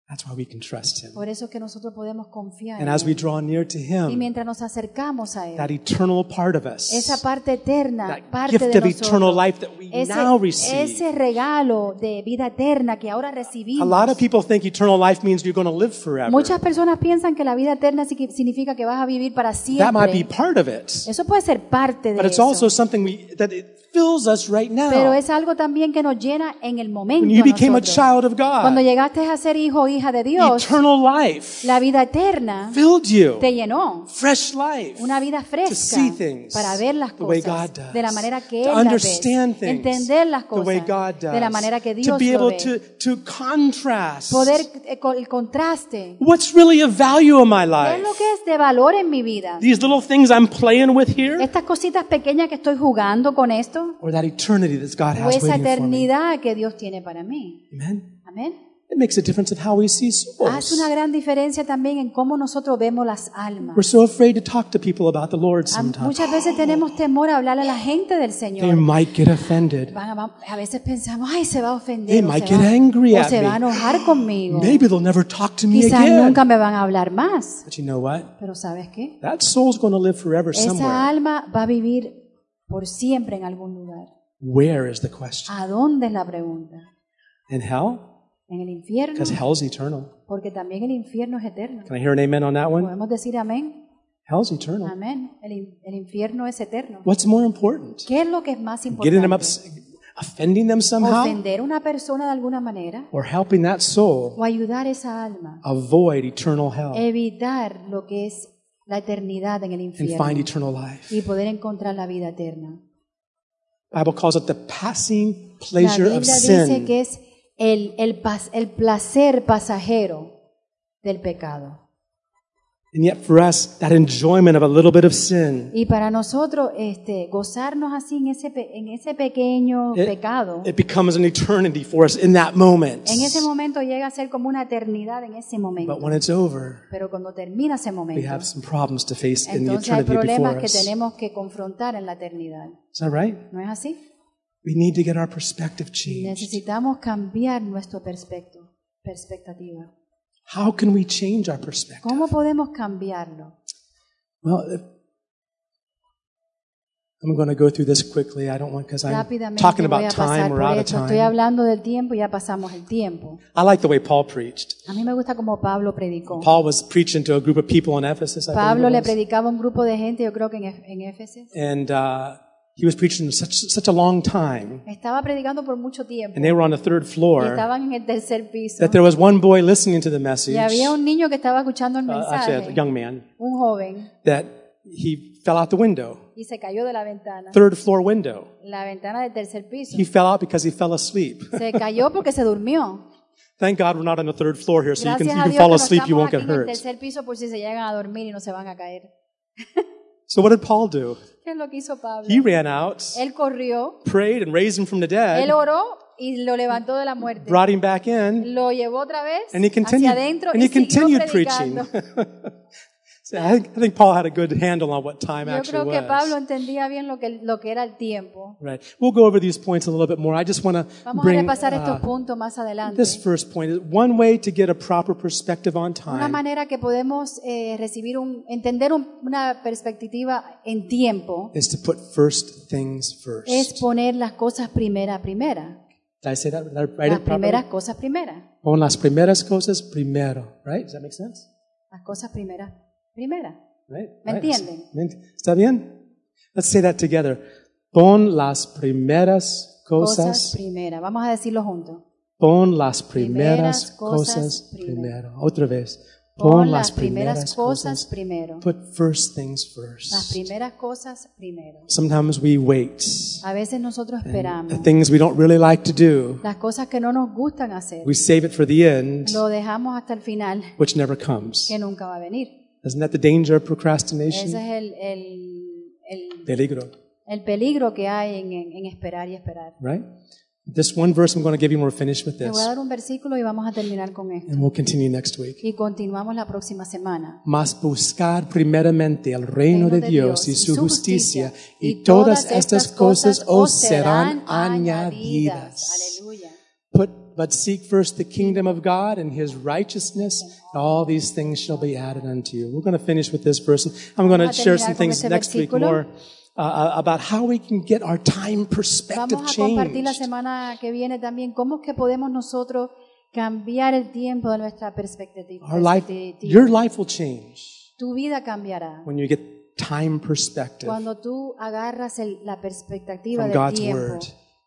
That's why we can trust Him.
Por eso es que nosotros podemos confiar.
And
en
as we
Él.
draw near to
Y
Him,
mientras nos acercamos a Él,
that eternal part of
esa
us,
parte eterna,
that
parte
gift
de
of eternal
nosotros,
life that we now
ese,
receive.
ese regalo de vida eterna que ahora
A lot
recibimos,
of people think eternal life means you're going to live forever.
Muchas personas piensan que la vida eterna signi- significa que vas a vivir para
That might be
siempre.
part of it,
Eso puede ser parte de
but it's also
eso.
something we, that it fills us right
Pero
now.
es algo también que nos llena en el momento.
When you
a
became a
nosotros.
child of
Cuando
God,
llegaste a ser hijo o hija de Dios,
eternal life
la vida eterna
filled you,
te llenó.
fresh life.
Una vida
to
fresca
see things
para ver las
the way
cosas
God does,
de la manera que
to
Él las ve,
understand things
entender las
the way
cosas
God does,
de la manera que
to
Dios
be
lo
able
ve,
to, to contrast
poder eh, con el contraste.
what's really of value in my
¿Qué
life.
es lo que es de valor en mi vida?
These little things I'm playing with here,
Estas cositas pequeñas que estoy jugando con esto,
or that eternity that God
o
has
esa
waiting for me.
eternidad que Dios tiene para mí.
Amen.
Amén.
It makes a difference of how we see
Hace
souls.
una gran diferencia también en cómo nosotros vemos las almas.
We're so afraid to talk to people about the Lord
A-
sometimes.
Muchas veces tenemos temor a hablarle a la gente del
They
Señor.
might get offended.
Van a, a veces pensamos, ay, se va a
They
ofender, o
might
se
get
va,
angry
o
at
se va a
me.
enojar conmigo.
Maybe they'll never talk to me
Quizás
again.
nunca me van a hablar más.
But you know what?
Pero ¿sabes qué?
That soul's going to live forever
Esa
somewhere.
alma va a vivir por siempre en algún lugar.
Where is the question?
¿A dónde es la pregunta?
In hell?
¿En el infierno?
Because hell's eternal.
Porque también el infierno es eterno.
Can I hear an amen on that one?
Podemos decir amén.
Hell's eternal.
Amén. El, in- el infierno es eterno.
What's more important?
¿Qué es lo que es más
Getting them up,
importante?
offending them somehow,
ofender a una persona de alguna manera
or helping that soul
o ayudar esa alma,
avoid eternal hell
evitar lo que es la eternidad en el
and find
infierno
eternal life.
y poder encontrar la vida eterna.
Bible calls it the passing
La
pleasure
Biblia
of
dice
sin.
que es el, el, pas- el placer pasajero del pecado.
And yet for us, that enjoyment of a little bit of sin,
Y para nosotros, este, gozarnos así en ese, pe- en ese pequeño
It-
pecado,
it becomes an eternity for us in that moment.
en ese momento llega a ser como una eternidad en ese momento.
But when it's over,
Pero cuando termina ese
we
momento,
have some problems to face in the
entonces hay
eternity
problemas
before
que
us. Is
tenemos que confrontar en la eternidad.
that right?
¿No es así?
We need to get our perspective changed.
Necesitamos cambiar nuestro perspecto, perspectiva.
How can we change our perspective?
¿Cómo podemos cambiarlo?
Well, if, I'm going to go through this quickly. I don't want because I'm
Rápidamente voy
talking
a
about
pasar
time. We're
por
out of
esto. Estoy
time.
hablando del tiempo y ya pasamos el tiempo.
I like the way Paul preached.
A mí me gusta como Pablo predicó.
Paul was preaching to a group of people in Ephesus. I
Pablo
believe
le
it was.
predicaba a un grupo de gente, yo creo que en, Ef- en Éfeso.
and uh, he was preaching such such a long time,
Estaba predicando por mucho tiempo.
and they were on the third
Y
floor.
estaban en el tercer piso.
That there was one boy listening to the message.
Y había un niño que estaba escuchando el
uh, actually, a
mensaje,
young man
un joven,
that he fell out the window,
y se cayó de la ventana,
third floor window.
la ventana del tercer piso.
He fell out because he fell asleep.
Se cayó porque se durmió.
Thank God we're not on the third floor here, so you can
Gracias a
you can
Dios que
fall
no
asleep, you
estamos
won't
aquí
get
en el
hurt.
tercer piso por si se llegan a dormir y no se van a caer.
So what did Paul do?
¿Qué es lo que hizo Pablo?
He ran out,
Él corrió
prayed, and raised him from the
Él
dead,
oró y lo levantó de la muerte.
brought him back in,
Lo llevó otra vez
and he
hacia
continued.
adentro
And
y
he
siguió
continued preaching.
predicando.
So I, think, I think Paul had a good handle on what time
Yo
actually
creo
was.
que Pablo entendía bien lo que, lo que era el tiempo.
Right. We'll go over these points a little bit more. I just want to
Vamos a
bring
repasar
uh,
estos puntos más adelante.
this first point. is One way to get a proper perspective on
Una
time
manera que podemos eh, recibir un, entender un- una perspectiva en tiempo
is to put first things first.
es poner las cosas primera a primera.
Did I say that? Did I write
Las
it properly?
primeras cosas primera.
Pon las primeras cosas primero. Right? Does that make sense?
Las cosas primeras primera.
Right?
¿Me
right.
entienden?
¿Me ent- ¿Está bien? Let's say that together. Pon las primeras
Cosas
cosas.
primera. Vamos a decirlo juntos.
Pon las
Primeras
primeras
cosas
cosas
primero.
primero. Otra vez.
Pon las primeras cosas Pues primero.
Put first things first.
Las primeras cosas primero.
Sometimes we wait.
A veces nosotros
The
esperamos
things we don't really like to do,
las cosas que no nos gustan hacer.
we save it for the end,
Lo dejamos hasta el final,
which never comes.
que nunca va a venir.
Isn't that the danger of
Ese
procrastination?
es el, el, el,
Peligro,
el peligro que hay en, en- en esperar y esperar.
right? This one verse I'm going to give you, and we're finished with
Te voy a
this,
dar un versículo y vamos a terminar con esto.
and we'll continue next week.
Y continuamos la próxima semana.
Mas buscar primeramente el reino de Dios y su justicia, y todas estas cosas os serán añadidas.
Aleluya.
Put, but seek first the kingdom of God and his righteousness, and all these things shall be added unto you. We're going to finish with this verse. I'm going to
Vamos a
share
terminar
some
con
things
este
next week
versículo.
more uh, uh, about how we can get our time perspective
Vamos a compartir la
changed.
semana que viene también cómo es que podemos nosotros cambiar el tiempo de nuestra perspectiva.
Our life,
perspectiva.
your life will change
tu vida cambiará
when you get time perspective
cuando tú agarras el- la perspectiva
From
del
God's
tiempo
word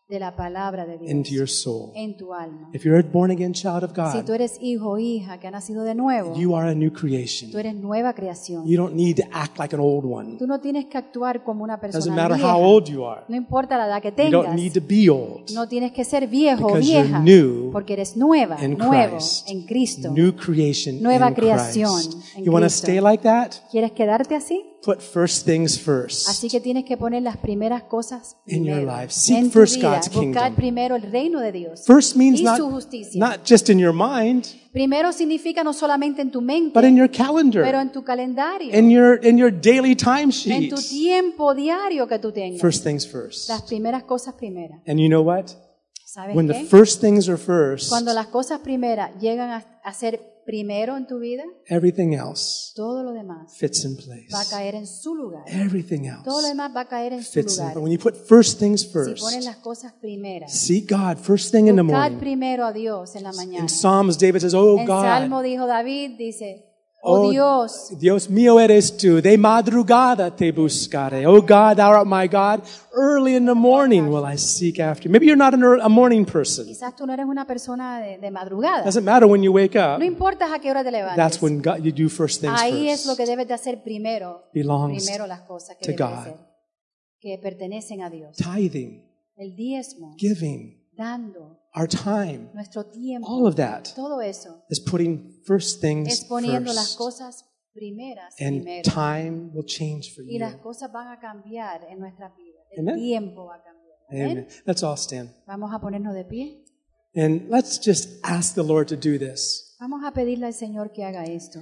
de la palabra de Dios
into your soul.
en tu alma.
If you're a born again child of
Si
God,
tú eres hijo o hija que ha nacido de nuevo,
You are a new creation.
tú eres nueva creación.
You don't need to act like an old one.
Tú no tienes que actuar como una
Doesn't
persona
matter
vieja.
how old you are.
No importa la edad que
You don't
tengas.
need to be old.
No tienes que ser viejo o
Because you're
vieja
new
porque eres nueva,
in
nuevo
Christ.
en Cristo.
New creation
Nueva
in
creación
Christ.
en
You want to
Cristo.
stay like that?
¿Quieres quedarte así?
Put first things first.
Así que tienes que poner las primeras cosas
In your
primero.
life. Seek
en
first
tu vida.
God's
Buscar
kingdom.
primero el reino de Dios.
First means
y
not,
su justicia.
not just in your mind,
primero significa no solamente en tu mente,
but in your
pero
calendar,
en tu calendario,
in your in your daily
en tu
timesheet.
tiempo diario que tú tengas.
First things first.
las primeras cosas primeras.
And you know what?
¿Sabes
When the
qué?
first things are first,
Cuando las cosas primeras llegan a, a ser primero en tu vida,
everything else
todo lo demás
fits in
va a
place.
caer en su lugar.
Everything
Todo lo
else
demás va a caer en su
fits in.
lugar.
But when you put first things
Si
first,
pones las cosas primeras,
Seek God first thing in the
buscar
morning.
primero a Dios en la mañana.
In Psalms, David says, Oh
En
God,
Salmo dijo David, dice, Oh Dios,
Dios mío eres tú. De madrugada te buscaré. Oh God, thou art my God. Early in the morning will I seek after you. Maybe you're not an ear- a morning person.
quizás tú no eres una persona de, de madrugada.
Doesn't matter when you wake up.
No importa a qué hora te levantes.
That's when God, you do first things
Ahí es lo
first.
que debes de hacer primero.
Belongs
Primero las cosas que
to
debes de
God.
hacer, que pertenecen a Dios.
Tithing,
El diezmo,
giving,
dando
our time,
nuestro tiempo,
all of that
todo eso
is putting first
es
things
poniendo las
first.
cosas primeras
And
primero.
time will change for
Y las
you.
cosas van a cambiar en nuestra vida. El
Amen.
tiempo va a cambiar. ¿Amén?
Amen. Let's all stand.
Vamos a ponernos de pie.
And let's just ask the Lord to do this.
Vamos a pedirle al Señor que haga esto.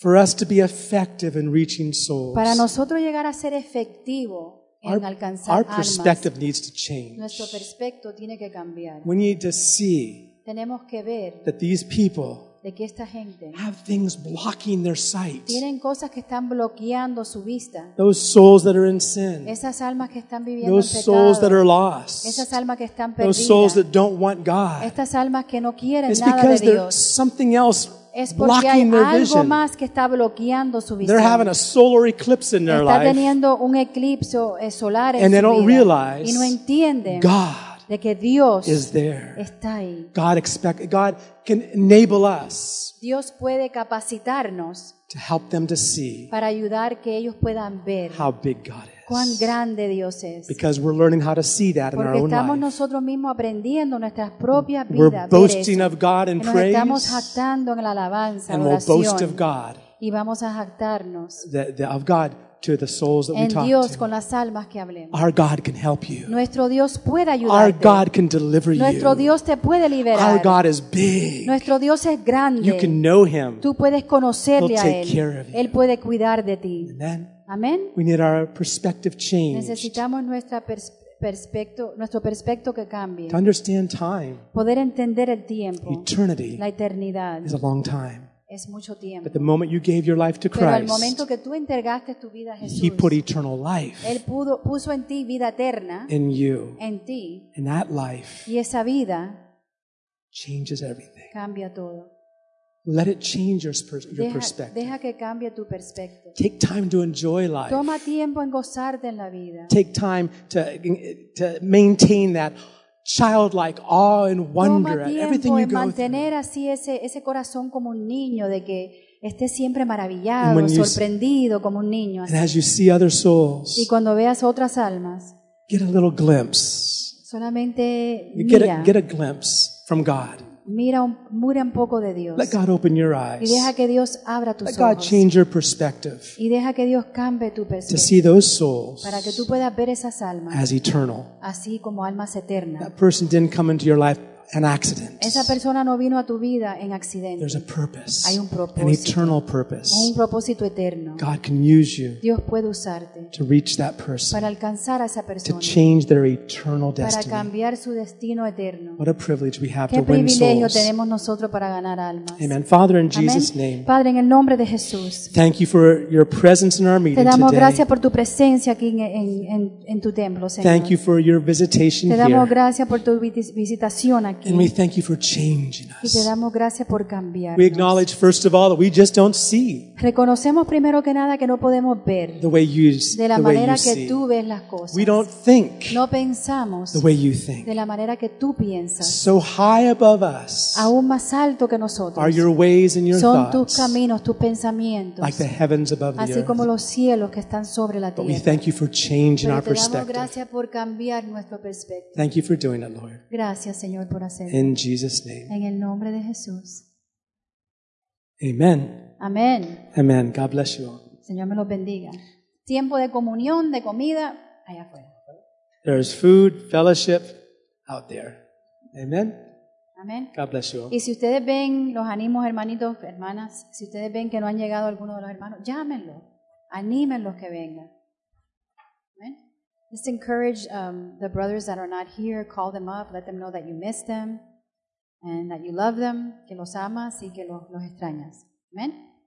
For us to be effective in reaching souls,
Para nosotros llegar a ser efectivo en
Pues, our,
alcanzar
our
almas,
perspective needs to change.
nuestro perspecto tiene que cambiar.
We need to see
Tenemos que ver
that these people
de que esta gente
have things blocking their sight.
tienen cosas que están bloqueando su vista.
Those souls that are in sin,
Esas almas que están viviendo en
those souls that
pecado,
are lost,
esas almas que están
those souls
perdidas,
that don't want God.
estas almas que no quieren
It's
nada de
because there's
Dios.
something else
Es porque hay
blocking their
algo
vision.
más que está bloqueando su
They're
visión.
having a solar eclipse in their
Está
life.
teniendo un eclipse eh, solar en
And they
su
don't
vida
realize
y no entienden
God
de que Dios
is there.
está ahí.
God expect God can enable us
Dios puede capacitarnos
to help them to see
para ayudar que ellos puedan ver
how big God
cuán
is.
grande Dios es.
Because we're learning how to see that in our
Porque
own
estamos
life.
nosotros mismos aprendiendo nuestras propias
We're
vidas. ver
boasting
eso.
of God in
Nos estamos
praise,
jactando en la alabanza,
and
la
we'll boast
oración
of God,
y vamos a jactarnos
the, the, of God to the souls that we
en
talk
Dios
to.
con las almas que hablemos.
Our God can help you.
Nuestro Dios puede
Our
ayudarte.
God can deliver
Nuestro
you.
Dios te puede
Our
liberar.
God is big.
Nuestro Dios es
You
grande.
can know Him.
Tú puedes conocerle
He'll
a
take care
Él.
of you.
Él puede cuidar de ti.
Amen.
Amén.
We need our perspective changed to
Necesitamos nuestra pers- perspecto- nuestro perspecto que cambie.
understand time.
Poder entender el tiempo.
Eternity
La eternidad
is a long time.
es mucho tiempo.
But the moment you gave your life to
Pero al
Christ,
momento que tú entregaste tu vida a
He
Jesús,
put eternal life
Él pudo, puso en ti vida eterna,
in you.
en ti,
And that life
y esa vida
changes everything.
cambia todo.
Let it change your, pers- your
Deja,
perspective.
deja que cambie tu perspectiva.
Take time to enjoy life.
Toma tiempo en gozarte en la vida.
Take time to, to maintain that childlike awe and wonder
Toma
at everything
tiempo
you
en
go through.
mantener así ese, ese corazón como un niño, de que esté siempre
And
maravillado,
when you s-
sorprendido como un niño.
And
así.
as you see other souls,
Y cuando veas otras almas,
get a little glimpse.
solamente
You get
mira,
a, get a glimpse from God.
mira un, mira un poco de Dios.
Let God open your
Y
eyes.
deja que Dios abra
Let
tus
God
ojos.
change your perspective
Y deja que Dios cambie tu
to
perspectiva
see those souls
para que tú puedas ver esas almas
as eternal.
así como almas eternas.
That person didn't come into your life an accident.
Esa persona no vino a tu vida en accidente.
There's a purpose,
Hay un
an
propósito. un
eternal purpose.
propósito eterno.
God can use you
Dios puede usarte
to reach that person,
para alcanzar a esa
to
persona,
change their eternal
para
destiny.
cambiar su destino eterno.
What a privilege we have to
Qué
win
privilegio
souls.
tenemos nosotros para ganar almas.
Amen. Father, in
Amén.
Jesus' name,
Padre, en el nombre de Jesús,
thank you for your presence in our
te
meeting
damos gracias
today.
por tu presencia aquí en, en- en- en tu templo,
Thank
Señor.
you for your visitation
Te damos
here.
gracias por tu vis- visitación
And we
aquí
thank you for changing
y te
us.
damos gracias por cambiar.
We acknowledge, first of all, that we just don't see
Reconocemos primero que nada que no podemos ver
the way you, s-
de la
the way
manera
you
que
see.
tú ves las cosas.
We don't think
No pensamos
the way you
de
think.
la manera que tú piensas.
So high above us
Aún más alto que
are
nosotros
your ways and your
son tus
thoughts,
caminos, tus pensamientos,
like the heavens above
así
the
como
earth.
los cielos que están sobre la
But we
tierra.
thank you for changing
Pero
our
te damos
perspective.
gracias por cambiar nuestro perspectiva.
Thank you for doing it, Lord.
Gracias, Señor, por hacerlo.
In Jesus' name.
En el nombre de Jesús.
Amen.
Amén.
Amen. God bless you all.
Señor me los bendiga. Tiempo de comunión, de comida, allá afuera.
There's food, fellowship out there. Amen.
Amén.
God bless you all.
Y si ustedes ven, los animos hermanitos, hermanas, si ustedes ven que no han llegado algunos de los hermanos, llámenlos, anímenlos que vengan. Amen. Just encourage um, the brothers that are not here, call them up, let them know that you miss them and that you love them, que los amas y que los, los extrañas. Amen.